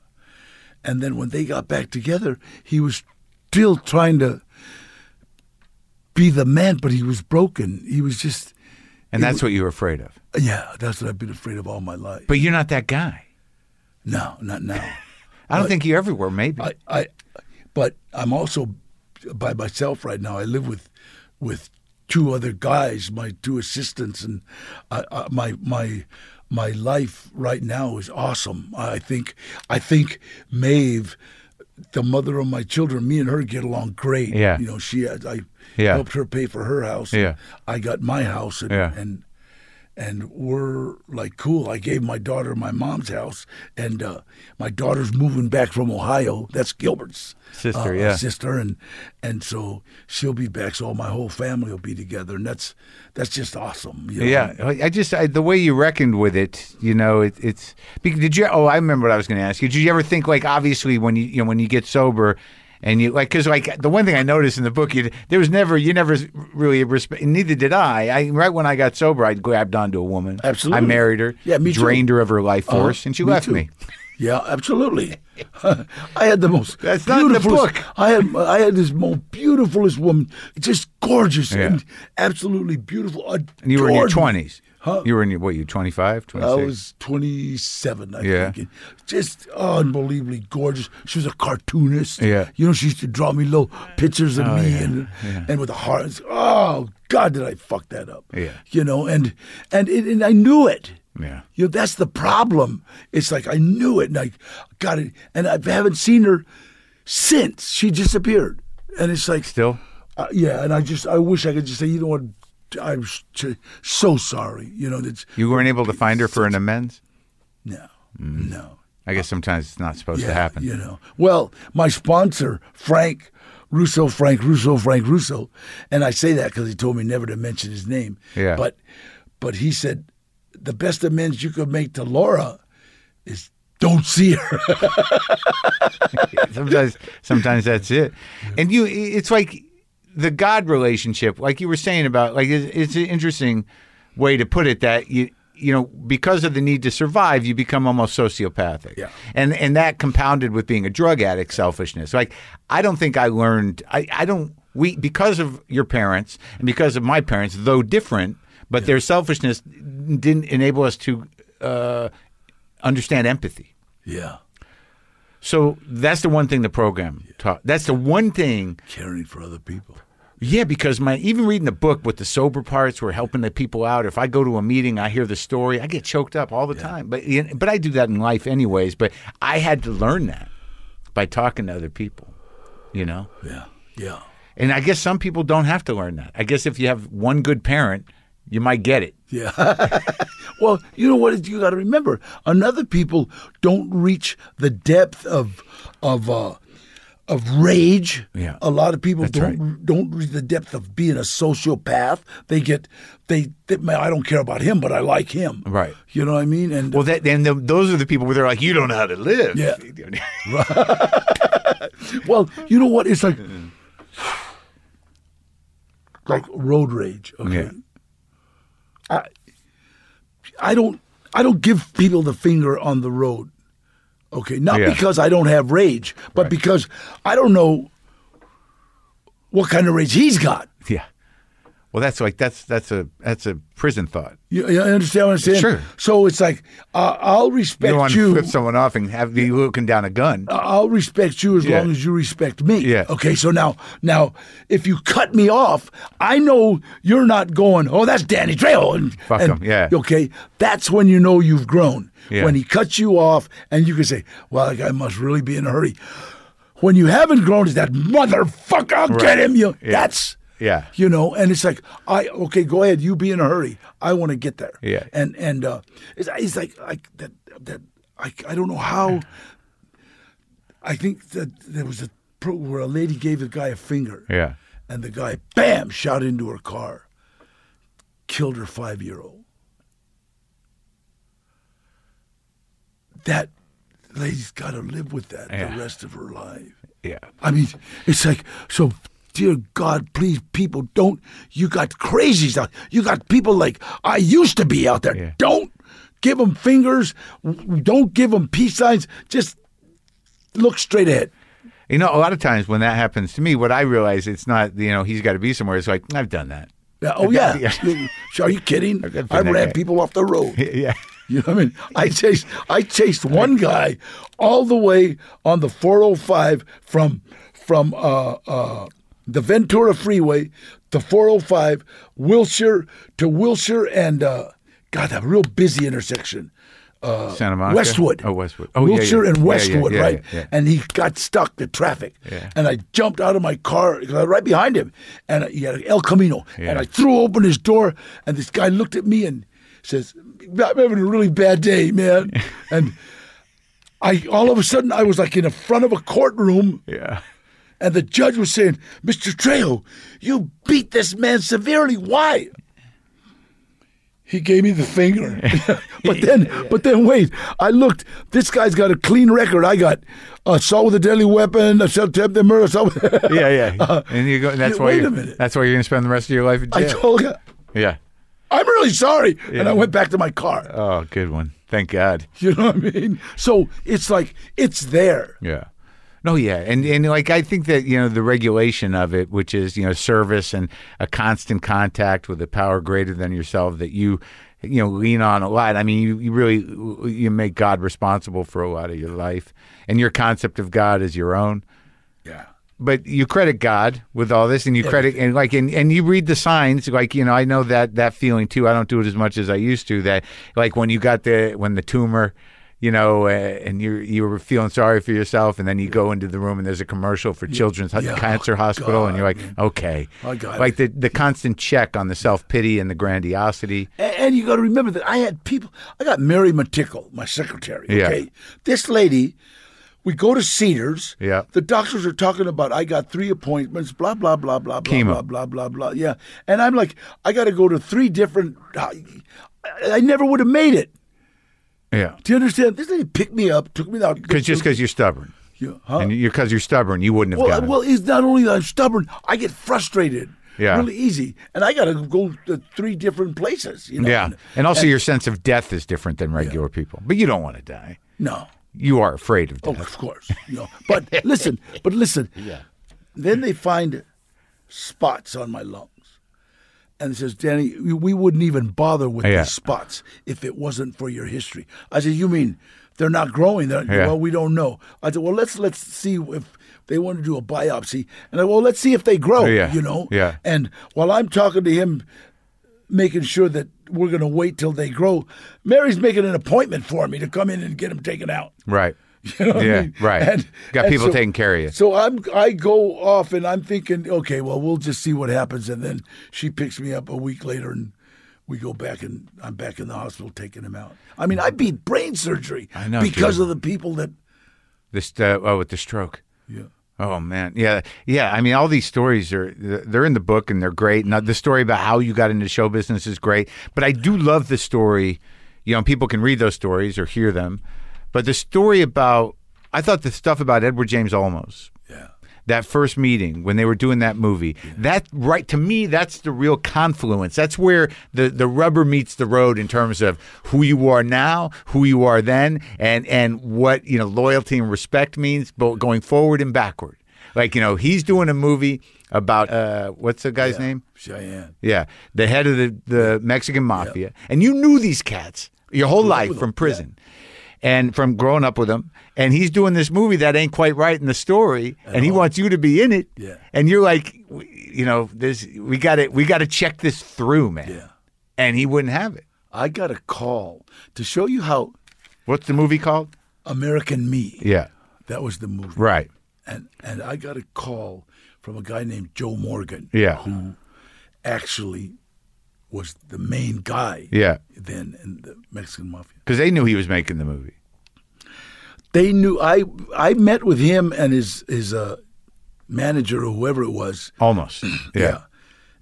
and then when they got back together, he was still trying to be the man, but he was broken. He was just,
and that's what you're afraid of.
yeah, that's what I've been afraid of all my life.
But you're not that guy.
No, not now.
I
Uh,
don't think you ever were. Maybe.
I, I, but I'm also by myself right now. I live with, with two other guys, my two assistants, and I, I, my my my life right now is awesome. I think I think Maeve, the mother of my children, me and her get along great.
Yeah.
you know, she had, I
Yeah.
helped her pay for her house.
Yeah.
I got my house, and
Yeah.
and and we're like cool. I gave my daughter my mom's house, and uh, my daughter's moving back from Ohio. That's Gilbert's
Sister,
uh,
yeah.
sister, and and so she'll be back. So my whole family will be together, and that's that's just awesome. you know?
yeah, I I just I, the way you reckoned with it, you know, it, it's. bec- Did you? Oh, I remember what I was going to ask you. Did you ever think like obviously when you you know when you get sober, and you like because like the one thing I noticed in the book, you there was never you never really respect. Neither did I. I right when I got sober, I grabbed onto a woman. I
Absolutely.
married her.
Yeah, me too.
Drained her of her life
Uh-huh.
force, and she left
too.
me.
Yeah, absolutely. I had the most
That's not in the
beautiful.
book.
I had I had this most beautifulest woman, just gorgeous
Yeah.
and absolutely beautiful.
And you were in your
adored me.
twenties.
Huh?
You were in your what? You 25, 26?
I was 27, I
Yeah.
think. And Just unbelievably gorgeous. She was a cartoonist.
Yeah. Oh,
You know, she used to draw me little pictures of me
yeah,
and and with the hearts. Oh God, did I fuck that up?
Yeah.
You know, and and it, and I knew it.
Yeah.
You know, that's the problem. It's like I knew it, and I got it, and I haven't seen her since she disappeared. And it's like
still.
uh, yeah, and I just I wish I could just say, you know what, I'm s- t- so sorry. You know, that's
You weren't able to find her for an amends.
no, no.
I guess sometimes it's not supposed
yeah,
to happen.
You know. Well, my sponsor, Frank Russo, Frank Russo, Frank Russo, and I say that because he told me never to mention his name.
Yeah.
But, but he said, the best amends you could make to Laura is don't see her.
sometimes sometimes that's it and you it's like the god relationship like you were saying about like it's, it's an interesting way to put it that you you know because of the need to survive you become almost sociopathic
Yeah.
and and that compounded with being a drug addict selfishness like i don't think i learned i i don't we because of your parents and because of my parents though different but their selfishness didn't enable us to uh, understand empathy
yeah.
so that's the one thing the program taught. That's the one thing.
Caring for other people.
Yeah, because my even reading the book with the sober parts, we're helping the people out. If I go to a meeting, I hear the story, I get choked up all the time. But but I do that in life anyways. But I had to learn that by talking to other people, you know.
Yeah. Yeah.
And I guess some people don't have to learn that. I guess if you have one good parent, you might get it.
Yeah. well, you know what? You got to remember, another people don't reach the depth of of uh, of rage.
Yeah.
A lot of people don't don't reach the depth of being a sociopath. They get they, they man, I don't care about him, but I like him.
Right.
You know what I mean? And
Well, that and the, those are the people where they're like, you don't know how to live.
Yeah. well, you know what? It's like like road rage. Okay.
Yeah.
I I don't I don't give people the finger on the road. Okay, not
Yeah.
because I don't have rage, but because I don't know what kind of rage he's got.
yeah. Well, that's like that's that's a that's a prison thought.
You, you understand what I'm saying?
Sure.
So it's like uh, I'll respect
You don't want to
you.
flip someone off and have be looking down a gun.
I'll respect you as
Yeah.
long as you respect me.
Yeah.
Okay. So now, now, if you cut me off, I know you're not going. Oh, that's Danny Trejo. And,
Fuck
and-
him, yeah.
Okay. That's when you know you've grown.
Yeah.
When he cuts you off, and you can say, "Well, that guy must really be in a hurry." When you haven't grown, is that motherfucker? I'll get him. You.
Yeah.
That's.
Yeah.
You know, and it's like, I okay, go ahead. You be in a hurry. I want to get there.
Yeah.
And and uh, it's, it's like like that that I I don't know how. I think that there was a pro where a lady gave the guy a finger.
Yeah.
And the guy, bam, shot into her car, killed her five year old. That lady's got to live with that
Yeah.
the rest of her life.
Yeah.
I mean, it's like so. Dear God, please, people, don't. You got crazies out. You got people like I used to be out there.
Yeah.
Don't give them fingers. W- Don't give them peace signs. Just look straight ahead.
You know, a lot of times when that happens to me, what I realize it's not you know he's got to be somewhere. It's like I've done that.
Yeah, Oh yeah. Are you kidding?
been
I
that
ran
guy.
people off the road.
Yeah.
You know what I mean? I chased I chased one guy all the way on the 405 from from uh, uh, the Ventura Freeway to 405 Wilshire to Wilshire and uh, God, that real busy intersection. uh,
Santa Monica.
Westwood.
Oh, Westwood. Oh, yeah, yeah.
Wilshire
Yeah,
and
yeah,
Westwood,
yeah,
right?
yeah, yeah.
And he got stuck to traffic.
Yeah.
And I jumped out of my car 'cause I was right behind him, and I- he had an El Camino.
Yeah.
And I threw open his door, and this guy looked at me and says, "I'm having a really bad day, man." and I all of a sudden I was like in the front of a courtroom.
Yeah.
And the judge was saying, Mr. Trejo, you beat this man severely. Why? He gave me the finger. but then, but then wait, I looked. This guy's got a clean record. I got assault with a deadly weapon, assault attempted murder, assault.
Yeah. Yeah. and you go. And that's
Uh,
why.
yeah, wait
you're,
a minute.
That's why you're going to spend the rest of your life in
I
jail.
told him,
yeah.
I'm really sorry. And
Yeah.
I went back to my car.
Oh, good one. Thank God.
You know what I mean? So it's like, it's there.
Yeah. No, yeah, and and like I think that you know the regulation of it, which is you know service and a constant contact with a power greater than yourself that you you know lean on a lot. I mean, you, you really you make God responsible for a lot of your life, and your concept of God is your own.
Yeah.
But you credit God with all this, and you credit and like and, and you read the signs. Like you know, I know that that feeling too. I don't do it as much as I used to. That like when you got the when the tumor. You know, uh, and you you were feeling sorry for yourself, and then you go into the room and there's a commercial for Children's Hu-
Yeah.
Cancer
Oh,
Hospital, and you're like, okay,
I got
like the the constant check on the self pity and the grandiosity.
And, and you got to remember that I had people. I got Mary Matickle, my secretary.
Yeah.
Okay, this lady. We go to Cedars.
Yeah.
The doctors are talking about I got three appointments. Blah blah blah blah blah
Chemo.
blah blah blah blah. Yeah, and I'm like, I got to go to three different. I, I never would have made it.
Yeah,
Do you understand? This lady picked me up, took me out.
because just because you're stubborn,
Yeah, huh?
and you're because you're stubborn, you wouldn't have
Uh. Well,
gotten. it.
well, it's not only that I'm stubborn, I get frustrated.
Yeah.
Really easy, and I got to go to three different places. You know?
Yeah, and also your sense of death is different than regular people. But you don't want to die.
No.
You are afraid of
Oh,
death.
of course. You know, but listen, but listen. Yeah. Then they find spots on my lungs, and it says, "Danny, we- we wouldn't even bother with
Yeah.
these spots if it wasn't for your history." I said, "You mean they're not growing? They're,
Yeah.
Well, we don't know." I said, "Well, let's let's see if they want to do a biopsy." And I, well, let's see if they grow.
Yeah.
You know.
Yeah.
And while I'm talking to him, making sure that we're going to wait till they grow, Mary's making an appointment for me to come in and get them taken out.
Right.
You know what Oh. I
Yeah,
mean?
right. Got people taking care of you.
So I'm I go off and I'm thinking, okay, well we'll just see what happens, and then she picks me up a week later and. We go back and I'm back in the hospital taking him out. I mean, I beat brain surgery
Mm-hmm. I know,
because
dude.
of the people that.
This uh, oh, with the stroke.
Yeah,
Oh man, yeah, yeah. I mean, all these stories are they're in the book and they're great. And the story about how you got into show business is great. But I do love the story. You know, people can read those stories or hear them. But the story about I thought the stuff about Edward James Olmos
yeah,
that first meeting when they were doing that movie that right to me that's the real confluence that's where the the rubber meets the road in terms of who you are now who you are then and and what you know loyalty and respect means both going forward and backward like you know he's doing a movie about uh, what's the guy's name?
Cheyenne.
Yeah, the head of the, the Mexican mafia, and you knew these cats your whole life from prison, and from growing up with them. And he's doing this movie that ain't quite right in the story, and he wants you to be in it.
Yeah.
and you're like, w- you know, this we got to we got to check this through, man.
Yeah.
and he wouldn't have it.
I got a call to show you how
What's the movie called?
American Me.
Yeah,
That was the movie.
right.
And and I got a call from a guy named Joe Morgan.
Yeah.
Who actually was the main guy
Yeah,
then in the Mexican mafia.
because they knew he was making the movie.
They knew I I met with him and his his uh, manager or whoever it was
Almost. yeah.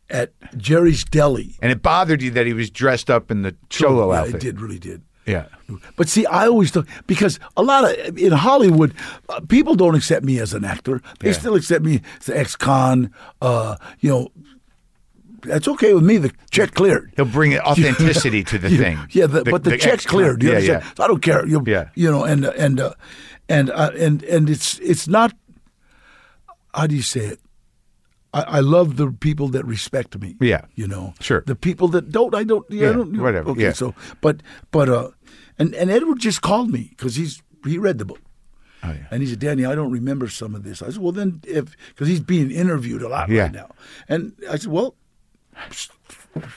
at Jerry's Deli.
And it bothered you that he was dressed up in the cholo
Yeah,
outfit.
It did really did.
Yeah.
But see, I always thought because a lot of in Hollywood, uh, people don't accept me as an actor. They
Yeah.
still accept me as an ex-con. Uh, you know, that's okay with me. The check cleared.
He'll bring authenticity to the thing.
Yeah, the, but the, check
ex-
cleared. You
yeah,
understand?
yeah.
So I don't care. You,
Yeah.
you know, and uh, and uh, and uh, and and it's it's not. How do you say it? I, I love the people that respect me.
Yeah.
you know,
Sure.
The people that don't, I don't. Yeah, I
Yeah,
don't.
whatever,
Okay,
yeah.
so but but uh, and and Edward just called me because he's he read the book.
Oh, yeah.
And he said, Danny, I don't remember some of this. I said, well, then, if, because he's being interviewed a lot
Yeah.
right now. And I said, well,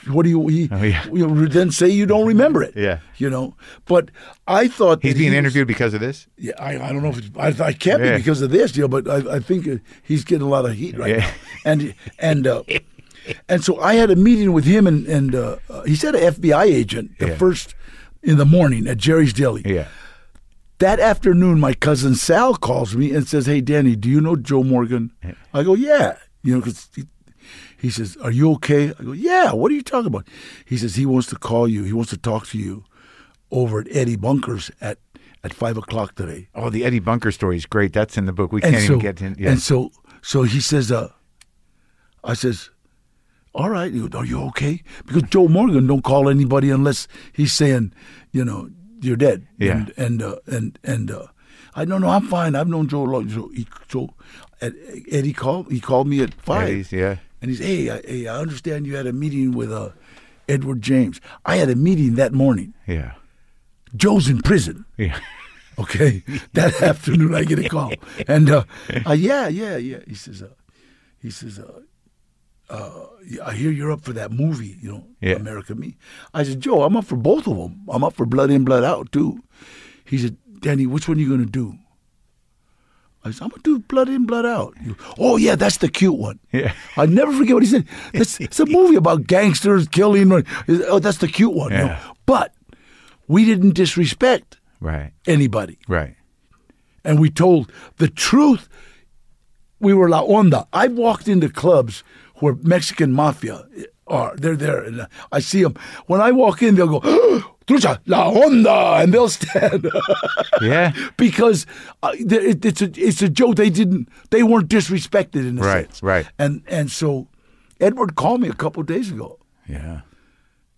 what do you, he,
Oh, yeah.
you know, then say you don't remember it.
Yeah.
You know, but I thought
He's
that
being
he was-
interviewed because of this?
yeah, I, I don't know if it's, I, I can't
Yeah.
be because of this, you know, but I, I think uh, he's getting a lot of heat right
Yeah.
now. And and uh, and so I had a meeting with him, and and uh, uh, he said an FBI agent the
Yeah.
first in the morning at Jerry's Deli.
Yeah.
That afternoon, my cousin Sal calls me and says, "Hey, Danny, do you know Joe Morgan?" I go, "Yeah," you know, because he, he says, "Are you okay?" I go, "Yeah." What are you talking about? He says he wants to call you. He wants to talk to you over at Eddie Bunker's at at five o'clock today.
Oh, the Eddie Bunker story is great. That's in the book. We
And
can't
so,
even get in. Yeah.
and so, so he says, uh, "I says." All right, he goes, are you okay? Because Joe Morgan don't call anybody unless he's saying, you know, you're dead.
Yeah.
And and uh, and and uh, I don't know. I'm fine. I've known Joe a long. So, he, so Ed, Eddie called. He called me at five.
Eddie's, yeah.
And he's, hey, I, hey, I understand you had a meeting with uh, Edward James. I had a meeting that morning.
yeah.
Joe's in prison.
Yeah.
Okay, that afternoon I get a call, and uh, uh, yeah, yeah, yeah. He says, uh, he says, uh, uh, I hear you're up for that movie, you know,
Yeah.
America Me. I said, Joe, I'm up for both of them. I'm up for Blood In, Blood Out too. He said, Danny, which one you gonna do? I said, I'm gonna do Blood In, Blood Out. He- oh yeah, that's the cute one.
Yeah.
I never forget what he said. That's, it's a movie about gangsters killing. or- Oh, that's the cute one. you know.
Yeah.
But we didn't disrespect
Right.
anybody
Right.
and we told the truth, we were la onda. I've walked into clubs where Mexican mafia are. They're there, and uh, I see them. When I walk in, they'll go, "Trucha, la onda," and they'll stand
Yeah.
because uh, there- it, it's a it's a joke. They didn't they weren't disrespected in a
Right,
sense,
right.
And and so, Edward called me a couple of days ago
yeah.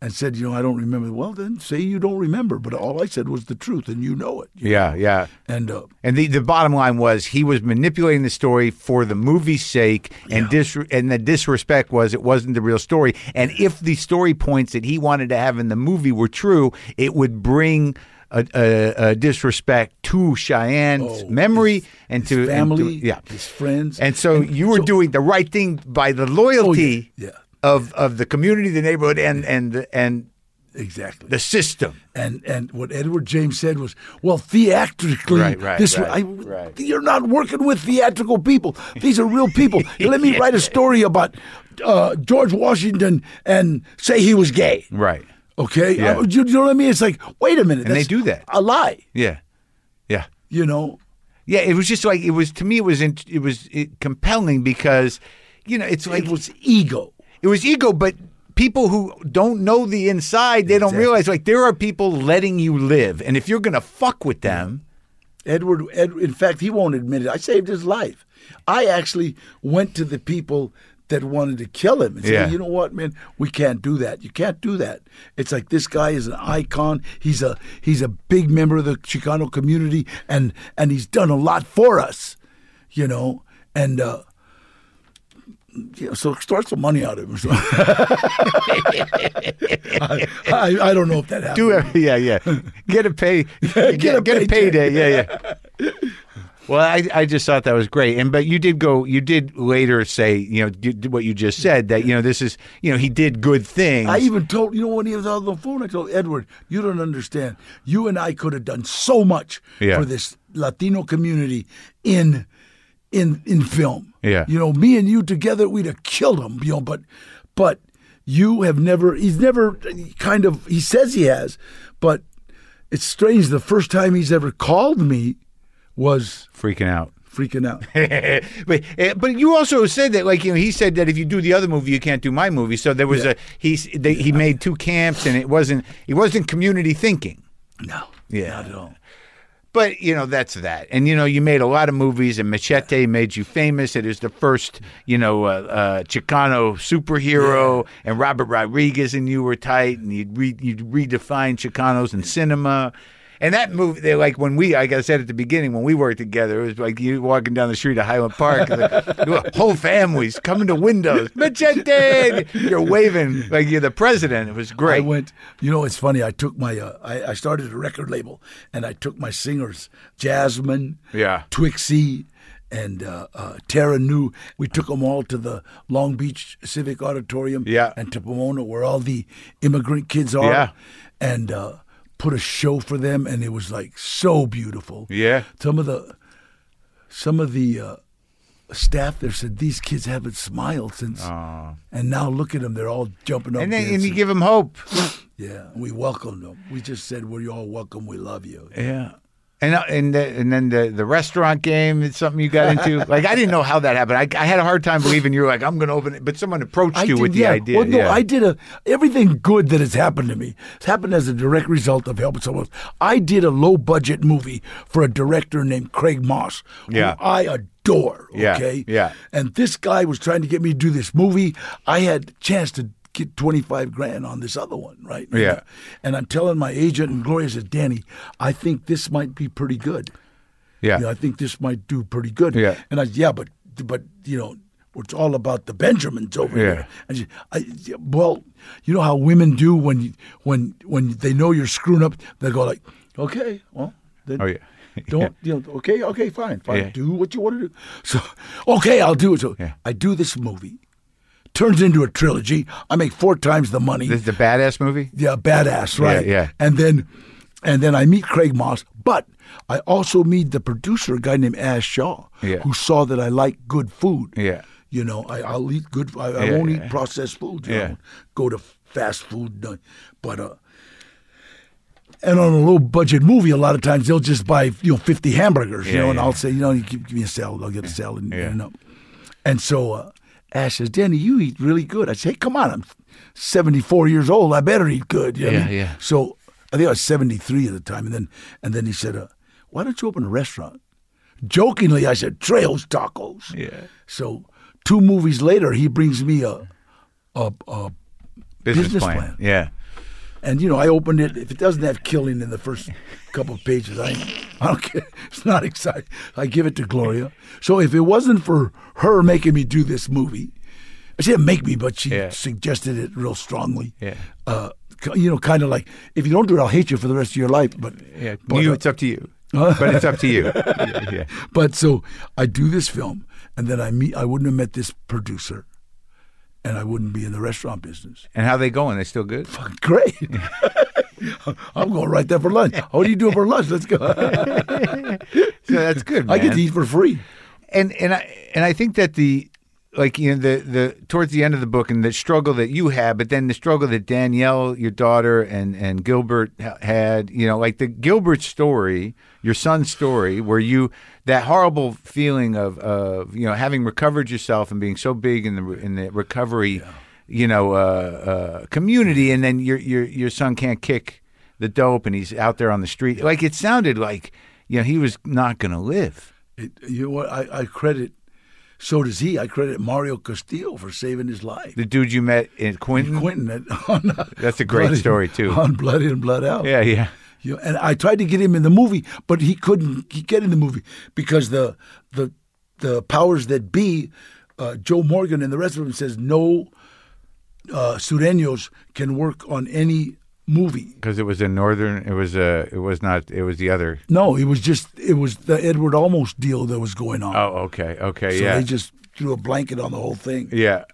and said, "You know, I don't remember." Well, then say you don't remember, but all I said was the truth, and you know it.
Yeah. Yeah.
And uh,
And the, the bottom line was he was manipulating the story for the movie's sake, and dis- and the disrespect was it wasn't the real story. And if the story points that he wanted to have in the movie were true, it would bring a, a, a disrespect to Cheyenne's
Oh,
memory
his-
and
his
to and to-
family,
yeah,
his friends,
And so you were doing the right thing by the loyalty
Oh, yeah.
of of the community, the neighborhood, and and the- and
exactly
the system.
And and what Edward James said was, well, theatrically,
Right, right,
this
right,
I,
right.
you're not working with theatrical people. These are real people. Let me write a story about uh, George Washington and say he was gay.
Right.
Okay,
Yeah.
Uh, you, you know what I mean? It's like, wait a minute,
And they
that's
do that.
a lie.
Yeah. Yeah.
You know,
Yeah, it was just like it was to me. It was in, it was it, compelling because, you know, it's like
it was ego.
it was ego, but people who don't know the inside, they don't
Exactly.
realize like there are people letting you live, and if you're gonna fuck with them,
Edward, Ed, in fact, he won't admit it. I saved his life. I actually went to the people that wanted to kill him and said,
Yeah.
you know what, man, we can't do that. You can't do that. It's like this guy is an icon. He's a he's a big member of the Chicano community, and and he's done a lot for us, you know. And uh, yeah, so extort some money out of him. So. I, I, I don't know if that happened.
Do every, yeah, yeah. Get a pay. Get,
a
get a
paycheck.
payday. Yeah, yeah. Well, I, I just thought that was great, and but you did go. You did later say you know you, what you just said that you know this is you know he did good things.
I even told you know when he was on the phone, I told Edward, "You don't understand. You and I could have done so much
Yeah.
for this Latino community in in in film.
Yeah.
you know, me and you together, we'd have killed him. You know, but but you have never. He's never kind of. He says he has, but it's strange. The first time he's ever called me was
Freaking out.
freaking out.
but eh, but you also said that like you know he said that if you do the other movie you can't do my movie. So there was a he s- uh, they, he made two camps and it wasn't it wasn't community thinking.
No,
Yeah.
not at all.
But you know that's that, and you know you made a lot of movies, and Machete made you famous. It is the first you know uh, uh, Chicano superhero, and Robert Rodriguez and you were tight, and you re- you redefined Chicanos in cinema. And that movie, they like when we, like I said at the beginning, when we worked together, it was like you walking down the street of Highland Park, and the whole families coming to windows, Machete, and you're waving like you're the president. It was
I
great.
went. You know, it's funny. I took my. Uh, I, I started a record label, and I took my singers, Jasmine,
Yeah.
Twixie, and uh, uh, Tara New. We took them all to the Long Beach Civic Auditorium,
Yeah.
and to Pomona, where all the immigrant kids are,
Yeah.
and uh, put a show for them, and it was like so beautiful.
Yeah.
some of the, some of the. Uh, Staff there said these kids haven't smiled since, and now look at them. They're all jumping up.
and then and
dancing.
you give him hope.
Yeah, we welcomed them. We just said, "We're all welcome. We love you."
Yeah. And uh, and the, and then the the restaurant game is something you got into. like I didn't know how that happened. I, I had a hard time believing you were like I'm going to open it, but someone approached you with the
yeah.
idea.
Well, no,
yeah.
I did a everything good that has happened to me. It's happened as a direct result of helping someone. else. I did a low budget movie for a director named Craig Moss,
Yeah.
who I adore.
Yeah,
Okay,
yeah.
And this guy was trying to get me to do this movie. I had a chance to get twenty five grand on this other one, right?
Yeah.
And I'm telling my agent, and Gloria says, "Danny, I think this might be pretty good."
yeah.
you know, I think this might do pretty good.
Yeah.
And I yeah, but but you know, it's all about the Benjamins over
Yeah.
here. And she, I, well, you know how women do when you, when when they know you're screwing up, they go like, okay, well, then
Oh, yeah.
don't you know? Okay, okay, fine, fine,
Yeah.
do what you want to do. So, okay, I'll do it. So
Yeah.
I do this movie. Turns into a trilogy. I make four times the money.
This is the badass movie.
Yeah, badass, right?
Yeah, yeah.
And then, and then I meet Craig Moss, but I also meet the producer, a guy named Ash Shaw,
Yeah.
who saw that I like good food.
Yeah.
You know, I, I'll eat good. I, I
Yeah,
won't
yeah.
eat processed food. You
Yeah.
know, go to fast food, no. but uh. And on a low budget movie, a lot of times they'll just buy you know fifty hamburgers, you
Yeah,
know, and
yeah.
I'll say, you know, you give, give me a salad, I'll get a salad, and,
Yeah.
and, uh, and so uh, Ash says, Danny, you eat really good. I say, hey, come on, I'm 74 years old. I better eat good. You know what I
Yeah,
mean?
yeah.
So I think I was 73 at the time. And then and then he said, uh, why don't you open a restaurant? Jokingly, I said, Trails Tacos.
Yeah.
So two movies later, he brings me a, a, a
Business,
Business
plan.
plan.
Yeah.
and you know, I opened it. If it doesn't have killing in the first couple of pages, I, I don't care. It's not exciting. I give it to Gloria. So if it wasn't for her making me do this movie, she didn't make me, but she
Yeah.
suggested it real strongly.
Yeah.
Uh, k- you know, kind of like if you don't do it, I'll hate you for the rest of your life. But
Yeah.
but,
you,
uh,
it's up to you. but it's up to you. Yeah. yeah.
but so I do this film, and then I meet. I wouldn't have met this producer, and I wouldn't be in the restaurant business.
And how they going? They still good?
Great. I'm going right there for lunch. What do you do for lunch? Let's go.
So that's good. Man.
I get to eat for free.
and and I and I think that the like you know the the towards the end of the book and the struggle that you had, but then the struggle that Danielle, your daughter, and and Gilbert ha- had, you know, like the Gilbert story, your son's story, where you that horrible feeling of of you know having recovered yourself and being so big in the re- in the recovery, you know, uh, uh, community, and then your your your son can't kick the dope and he's out there on the street. Like it sounded like you know he was not going to live.
It, you know what? I, I credit, so does he. I credit Mario Castillo for saving his life.
the dude you met in Quinton.
Quentin at, on, uh,
That's a great
Blood In-
story, too.
On Blood In, Blood Out.
Yeah, yeah.
You know, and I tried to get him in the movie, but he couldn't g- get in the movie because the the the powers that be uh, Joe Morgan and the rest of them says no uh, Sureños can work on any movie.
because it was a northern. It was a. It was not. It was the other.
No, it was just it was the Edward Almost deal that was going on.
Oh, okay, okay,
so
yeah,
they just threw a blanket on the whole thing.
yeah.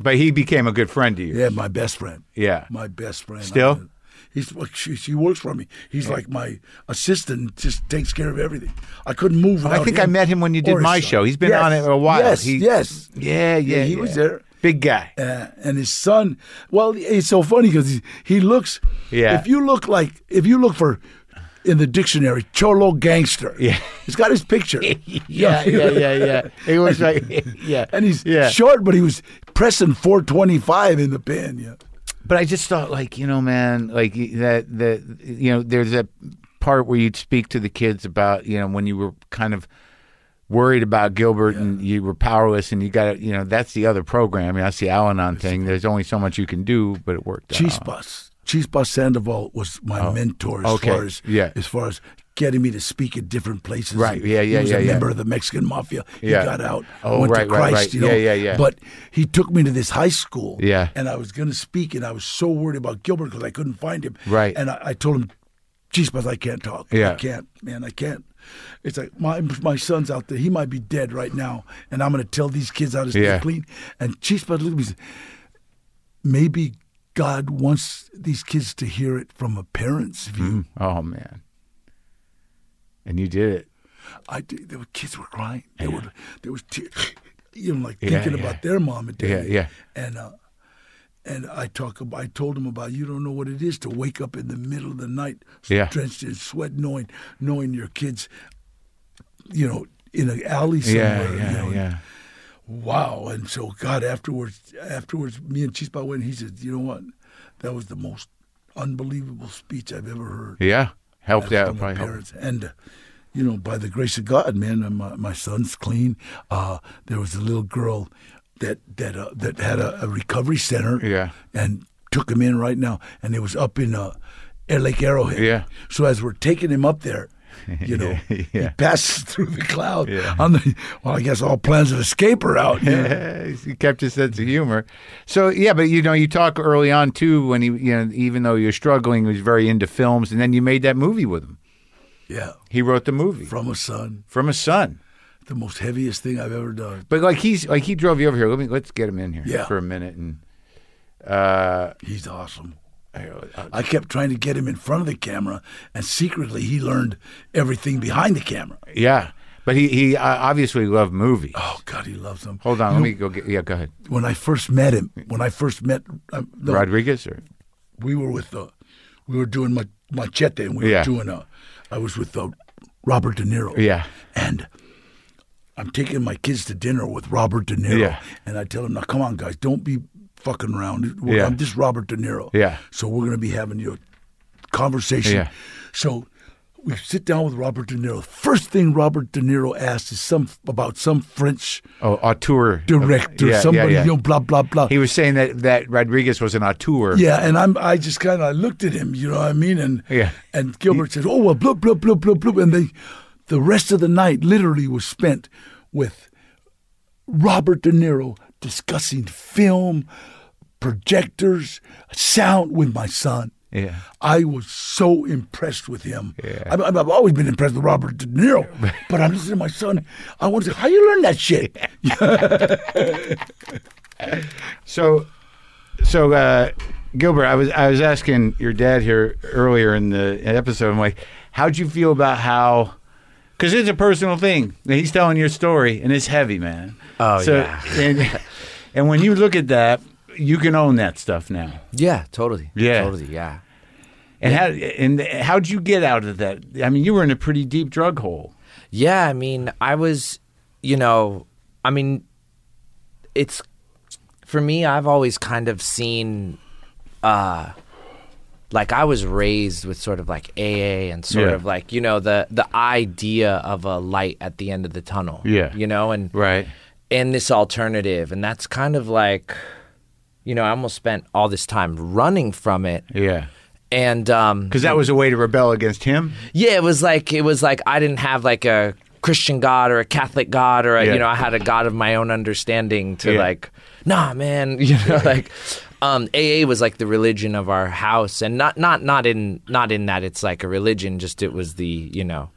But he became a good friend to you.
Yeah, my best friend.
Yeah.
my best friend.
Still?
he's she, she works for me. He's like my assistant. Just takes care of everything. I couldn't move.
I
without
think
him
I met him when you did
or his
my
son.
show. He's been
Yes,
on it a while.
Yes,
He-
yes.
Yeah, yeah,
he
yeah.
was there.
Big guy.
Uh, and his son, well, it's so funny because he, he looks.
Yeah.
If you look like, if you look for, in the dictionary, cholo gangster.
Yeah.
He's got his picture.
Yeah, yeah, yeah, yeah. It was like, yeah,
And he's
yeah.
short, but he was pressing 425 in the pen. Yeah.
But I just thought, like, you know, man, like that, that, you know, there's that part where you'd speak to the kids about, you know, when you were kind of worried about Gilbert and you were powerless and you got to, you know, that's the other program. You know, that's the Al Anon thing. There's only so much you can do, but it worked out.
Chispas. Chispas Sandoval was my mentor as
Oh, okay.
far as
Yeah.
as far as getting me to speak at different places.
Right.
And
Yeah, yeah,
He was
yeah,
a
yeah.
member of the Mexican mafia.
Yeah.
He got out.
Oh,
went
right,
to
right,
Christ,
right.
you know.
Yeah, yeah, yeah.
But he took me to this high school.
Yeah.
And I was gonna speak and I was so worried about Gilbert because I couldn't find him.
Right.
And I, I told him, Chispas, I can't talk.
Yeah.
I can't, man, I can't. It's like my my son's out there. He might be dead right now, and I'm gonna tell these kids how to stay
Yeah.
clean. And Chispas looked at me and said, maybe God wants these kids to hear it from a parent's view.
Oh, man. And you did it.
I did, there were kids were crying. They were there was tears, you know, like thinking
yeah.
about their mom and dad.
Yeah, yeah.
And uh, and I talk about, I told them about you don't know what it is to wake up in the middle of the night,
Yeah.
drenched in sweat, knowing knowing your kids, you know, in an alley somewhere.
Yeah,
you
yeah,
know,
yeah.
wow. And so God afterwards afterwards me and Chispa went and he said, You know what? That was the most unbelievable speech I've ever heard.
Yeah. Helped
That's
out.
from my
Probably helped.
parents. And uh, you know, by the grace of God, man, uh, my, my son's clean. Uh, there was a little girl that that uh, that had a, a recovery center.
Yeah.
and took him in right now, and it was up in uh, Air Lake Arrowhead.
Yeah.
So as we're taking him up there. You know, he
Yeah.
passes through the cloud.
Yeah.
On the, well, I guess all plans of escape are out. you know.
he kept his sense of humor. So yeah, but you know, you talk early on too when he, you know, even though you're struggling, he was very into films, and then you made that movie with him.
yeah,
He wrote the movie from,
from a son,
a son.
the most heaviest thing I've ever done.
But like he's like he drove you over here. Let me let's get him in here
Yeah.
for a minute and uh,
He's awesome.
I- I-
I kept trying to get him in front of the camera, and secretly he learned everything behind the camera.
yeah. But he he uh, obviously loved movies.
Oh God, he loves them.
Hold on, let me go get yeah. Go ahead,
When I first met him, when I first met, um, no,
Rodriguez or
we were with uh, we were doing ma- Machete, and we
Yeah.
were doing uh, I was with uh, Robert De Niro.
yeah.
and I'm taking my kids to dinner with Robert De Niro,
Yeah.
and I tell them, "Now, come on, guys, don't be fucking around. We're-
Yeah.
I'm just Robert De Niro.
Yeah.
So we're gonna be having your conversation.
Yeah.
So we sit down with Robert De Niro. First thing Robert De Niro asks is some about some French
Oh, auteur
director,
Yeah, yeah,
somebody,
yeah.
you know, blah blah blah.
He was saying that that Rodriguez was an auteur.
Yeah, and I'm I just kind of looked at him, you know what I mean? And
Yeah.
and Gilbert said, "Oh well, blah blah blah blah blah," and they, the rest of the night literally was spent with Robert De Niro discussing film, projectors, sound with my son.
Yeah.
I was so impressed with him.
Yeah.
I, I've I've always been impressed with Robert De Niro, but I'm listening to my son. I want to say, how you learn that shit?
So, so uh, Gilbert, I was I was asking your dad here earlier in the episode. I'm like, how'd you feel about how? Because it's a personal thing. He's telling your story, and it's heavy, man.
Oh,
so,
yeah.
And, and when you look at that, you can own that stuff now.
Yeah, totally.
Yeah.
totally. Yeah.
And how and how'd you get out of that? I mean, you were in a pretty deep drug hole.
Yeah, I mean, I was, you know, I mean, it's for me. I've always kind of seen, uh, like I was raised with sort of like AA and sort
Yeah.
of like you know the the idea of a light at the end of the tunnel.
Yeah.
you know, and
Right.
and this alternative, and that's kind of like, you know, I almost spent all this time running from it,
Yeah.
and um,
Because that was a way to rebel against him.
yeah, it was like it was like I didn't have like a Christian God or a Catholic God or a,
Yeah.
you know I had a God of my own understanding to
Yeah.
like nah man you know like um, AA was like the religion of our house and not not not in not in that it's like a religion just it was the you know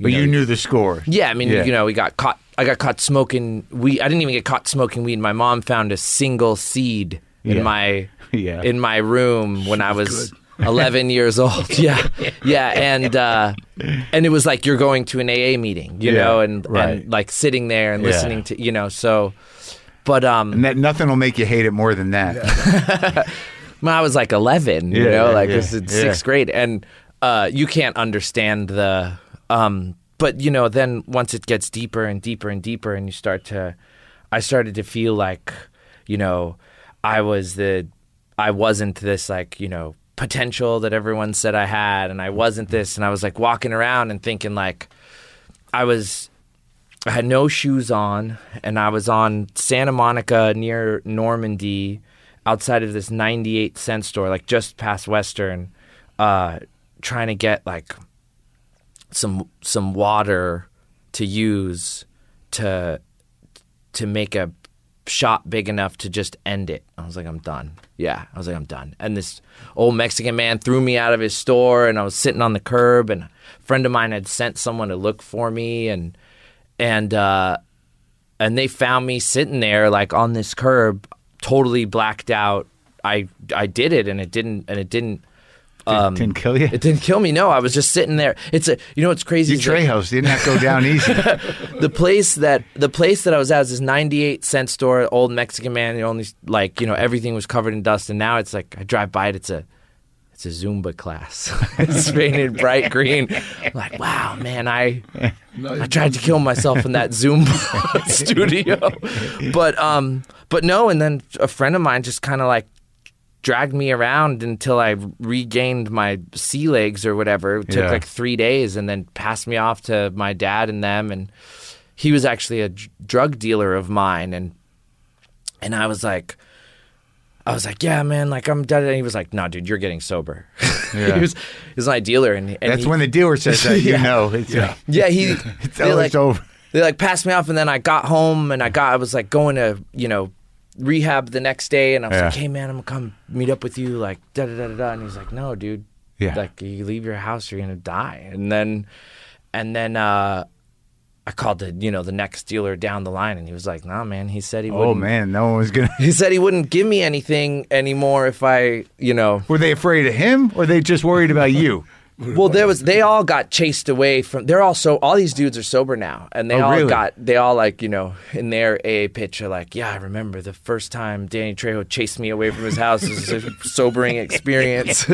But you knew the score.
yeah, I mean,
Yeah.
you know, we got caught. I got caught smoking weed. I didn't even get caught smoking weed. My mom found a single seed
Yeah.
in my
Yeah.
in my room when I was 11 years old. Yeah, yeah, and uh, and it was like you're going to an AA meeting, you
Yeah,
know, and,
right.
and like sitting there and
Yeah.
listening to, you know, so. But um,
And that nothing will make you hate it more than that.
when I was like 11, you
Yeah,
know,
yeah,
like
yeah,
this is
yeah.
sixth grade. And uh, you can't understand the, um, but you know, then once it gets deeper and deeper and deeper, and you start to, I started to feel like, you know, I was the, I wasn't this like, you know, potential that everyone said I had. And I wasn't this. And I was like walking around and thinking, like, I was I had no shoes on, and I was on Santa Monica near Normandy, outside of this 98 cent store, like just past Western, uh, trying to get like some some water to use to to make a shot big enough to just end it. I was like, I'm done. Yeah, I was like, I'm done. And this old Mexican man threw me out of his store, and I was sitting on the curb, and a friend of mine had sent someone to look for me, and and uh, and they found me sitting there like on this curb, totally blacked out. I I did it, and it didn't, and it didn't.
Didn't- didn't kill you.
It didn't kill me. No, I was just sitting there. It's a you know what's crazy.
Your
is that-
tray house did not go down easy.
the place that the place that I was at was this 98 cent store, old Mexican man. You only like you know everything was covered in dust, and now it's like I drive by it. It's a it's a Zumba class. it's painted bright green. I'm like, wow, man, I I tried to kill myself in that Zumba studio, but um, but no. And then a friend of mine just kind of like dragged me around until I regained my sea legs or whatever. It took
Yeah.
like three days, and then passed me off to my dad and them. And he was actually a dr- drug dealer of mine, and and I was like. I was like, yeah, man, like I'm dead. And he was like, no, dude, you're getting sober.
Yeah.
he, was, he was my dealer. And, and
That's
he-
when the dealer says that, you know. It's yeah.
yeah, he.
It's
they,
always
like,
over.
They like passed me off, and then I got home, and I got. I was like going to you know rehab the next day, and I was
Yeah.
like, "Hey man, I'm gonna come meet up with you." Like da da da da da, and he's like, "No, dude.
Yeah.
Like you leave your house, you're gonna die." And then, and then uh, I called the you know the next dealer down the line, and he was like, "Nah, man," he said he wouldn't.
oh, man. No one was going to.
He said he wouldn't give me anything anymore if I, you know,
Were they afraid of him or they just worried about you?
Well, there was. They all got chased away from. They're all so. All these dudes are sober now, and they
Oh,
all
really?
got. They all like you know in their AA pitch are like, yeah, I remember the first time Danny Trejo chased me away from his house. It was a sobering experience.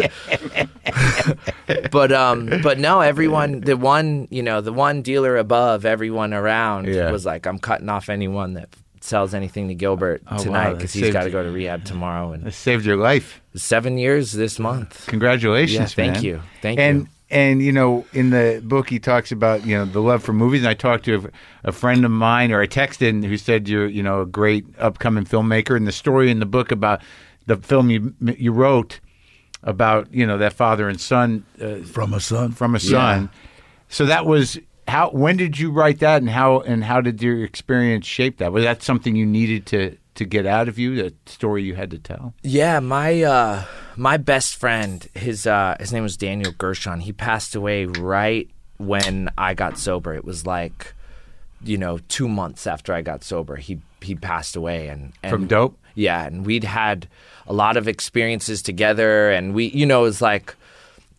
but um, but no, everyone. The one you know, the one dealer above everyone around
Yeah.
was like, I'm cutting off anyone that sells anything to Gilbert
Oh, wow,
tonight
that
because he's
saved
got to
you.
go to rehab tomorrow. And
That saved your life.
seven years this month.
Congratulations,
Yeah, thank
man.
you. Thank
and,
you.
And you know, in the book, he talks about you know the love for movies. And I talked to a, a friend of mine, or I texted, him who said you're you know a great upcoming filmmaker. And the story in the book about the film you you wrote about you know that father and son uh,
From a son.
from a son. So that was how. When did you write that, and how and how did your experience shape that? Was that something you needed to to get out of you? The story you had to tell.
Yeah, my uh, my best friend, his uh, his name was Daniel Gershon. He passed away right when I got sober. It was like, you know, two months after I got sober, he he passed away, and, and
From dope?
Yeah, and we'd had a lot of experiences together, and we, you know, it was like,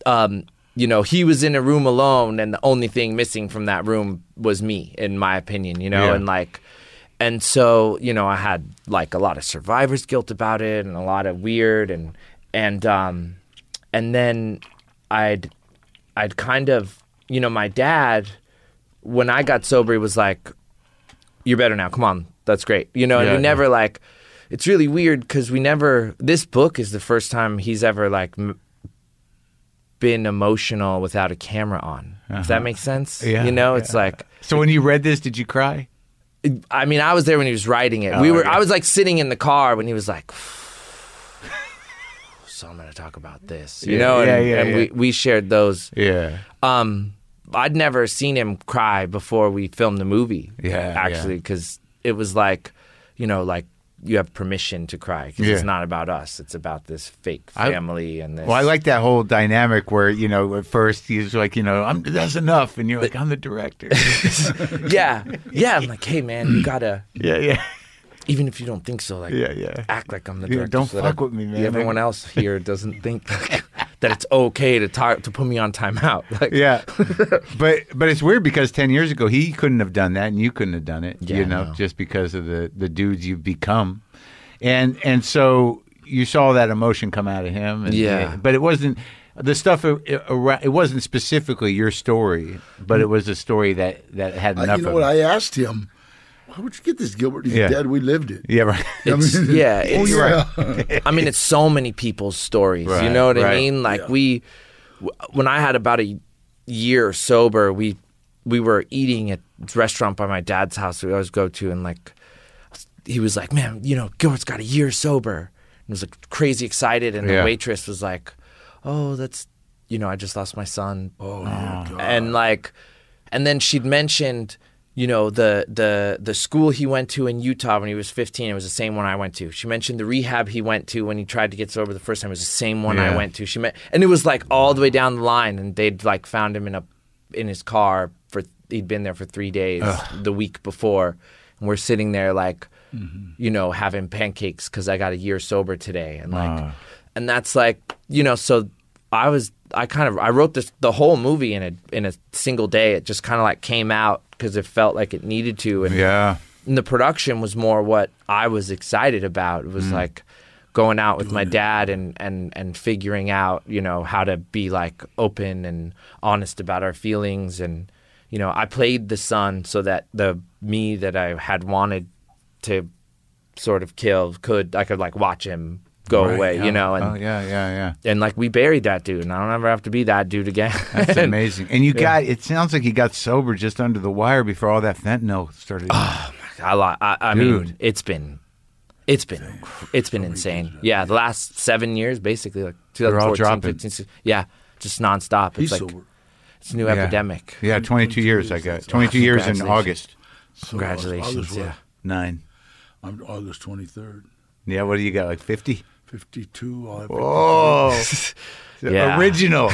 um, you know, he was in a room alone, and the only thing missing from that room was me, in my opinion, you know,
Yeah.
and like, and so you know, I had like a lot of survivor's guilt about it, and a lot of weird, and and um, and then I'd I'd kind of, you know, my dad, when I got sober, he was like, you're better now. Come on. That's great. You know,
Yeah,
and we never like, it's really weird because we never, this book is the first time he's ever like m- been emotional without a camera on. Does that make sense?
Uh-huh. Yeah,
You know, it's like,
So when you read this, did you cry?
I mean, I was there when he was writing
Oh,
it. we were, I was like sitting in the car when he was like, so I'm going to talk about this, you
Yeah,
know, and,
yeah, yeah,
and
yeah.
We, we shared those
Yeah.
um I'd never seen him cry before we filmed the movie.
Yeah,
actually, because it was like, you know, like you have permission to cry because it's
Yeah.
not about us; it's about this fake
I-
family and this.
Well, I like that whole dynamic where you know at first he's like, you know, I'm, that's enough, and you're like, I'm the director.
yeah, yeah. I'm like, hey, man, you gotta,
yeah, yeah,
even if you don't think so, like,
yeah, yeah.
act like I'm the
Yeah,
director.
don't
that
fuck with me, man.
Everyone else here doesn't think that it's okay to talk to put me on timeout. Like,
Yeah, but but it's weird because ten years ago he couldn't have done that and you couldn't have done it.
Yeah,
you know,
no.
just because of the the dudes you've become, and and so you saw that emotion come out of him. And,
Yeah.
but it wasn't the stuff. a- a- around- It wasn't specifically your story, but it was a story that that had
I-
enough.
Uh, you know
of
what?
it.
I asked him, "Why would you get this, Gilbert? He's
Yeah.
dead. We lived it."
yeah, right.
I
It's-
mean,
yeah,
oh,
it's-
yeah.
I mean, it's so many people's stories. you
Right,
know what I
right.
mean? Like we, w- when I had about a year sober, we we were eating at this restaurant by my dad's house. that We always go to, and like he was like, "Man, you know, Gilbert's got a year sober," and was like crazy excited. And
Yeah.
the waitress was like, "Oh, that's you know, I just lost my son." Oh, and like, and then she'd mentioned. You know the the the school he went to in Utah when he was 15. It was the same one I went to. She mentioned the rehab he went to when he tried to get sober the first time. It was the same one I
Yeah.
went to. She met, and it was like all the way down the line. And they'd like found him in a in his car for he'd been there for three days the week before, and we're sitting there like, you know, having pancakes because I got a year sober today, and like, and that's like, you know, so I was I kind of I wrote this the whole movie in a in a single day. It just kind of like came out because it felt like it needed to, and
Yeah,
and the production was more what I was excited about. It was
Mm.
like going out with my dad and, and, and figuring out, you know, how to be like open and honest about our feelings. And, you know, I played the son so that the me that I had wanted to sort of kill could, I could like watch him go
Right,
away,
yeah.
you know, and,
oh yeah, yeah, yeah.
and like we buried that dude and I don't ever have to be that dude again.
That's amazing. And you got it sounds like you got sober just under the wire before all that fentanyl started.
I li I, I
Dude.
mean, it's been, it's been, it's been insane. Yeah, the last seven years, basically, like
all
2014,
dropping.
15, 16, yeah, just nonstop. It's
He's
like
sober.
it's a new
Yeah.
epidemic.
yeah, 22 years I got. 22 years in August.
So uh,
Congratulations,
August, what?
yeah.
9.
I'm August 23rd,
Yeah, what do you got? Like 50?
52. I'll have
Oh.
Yeah.
Original.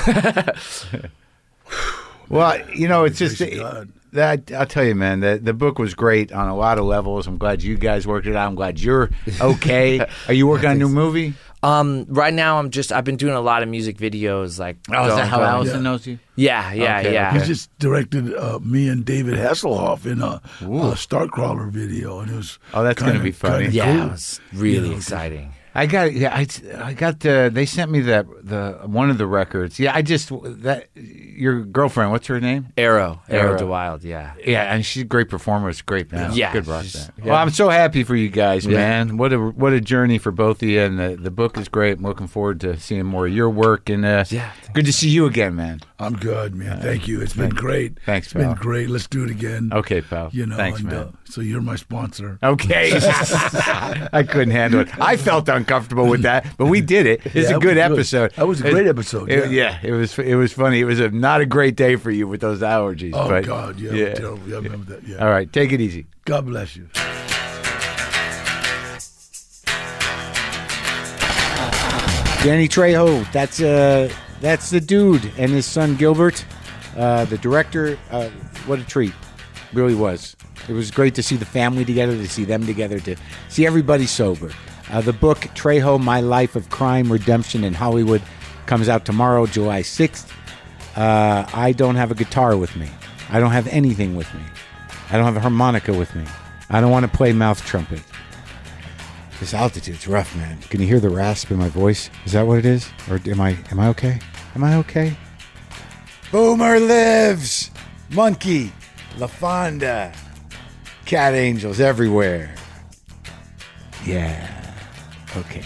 well, you know, it's
Grace
just
of God.
that I'll tell you, man, the, the book was great on a lot of levels. I'm glad you guys worked it out. I'm glad you're okay. Are you working on a new movie?
Um, right now, I'm just I've been doing a lot of music videos, like
Oh, is that
going-
how
going-
Allison knows you?
Yeah, yeah,
Okay,
yeah.
He just directed uh, me and David Hasselhoff in a, a Starcrawler video, and it was
Oh, that's gonna
kinda-
be funny.
kinda
yeah,
cool.
it was really exciting.
I got yeah I, I got the they sent me that the one of the records yeah I just that your girlfriend what's her name
Arrow, Arrow
Arrow.
the Wild, yeah.
yeah and she's a great performer it's a great man
Yeah,
good rock
she's-
band
yeah.
well I'm so happy for you guys
Yeah.
man what a what a journey for both of you and the, the book is great I'm looking forward to seeing more of your work and uh,
Yeah, thank
good to see you again man
I'm good, man. Thank you. It's been great.
Thanks,
it's been
pal.
great. Let's do it again.
okay pal
You know,
thanks
and,
man.
Uh, so you're my sponsor.
Okay, I couldn't handle it. I felt uncomfortable with that, but we did it. It's
Yeah,
a good
that was good.
episode.
That was a
It-
great episode,
it-
yeah.
yeah. it was. It was funny. It was a, not a great day for you with those allergies.
Oh
but-
God, yeah,
yeah.
terrible. Yeah, I remember that. Yeah.
All right, take it easy.
God bless you.
Danny Trejo. That's uh, that's the dude and his son Gilbert, uh, the director. Uh, what a treat, really was. It was great to see the family together, to see them together, to see everybody sober. Uh, the book Trejo: My Life of Crime, Redemption in Hollywood comes out tomorrow, July sixth. Uh, I don't have a guitar with me. I don't have anything with me. I don't have a harmonica with me. I don't want to play mouth trumpet. This altitude's rough, man. Can you hear the rasp in my voice? Is that what it is? Or am I am I okay? Am I okay? Boomer lives. Monkey, LaFonda, cat angels everywhere. Yeah. Okay.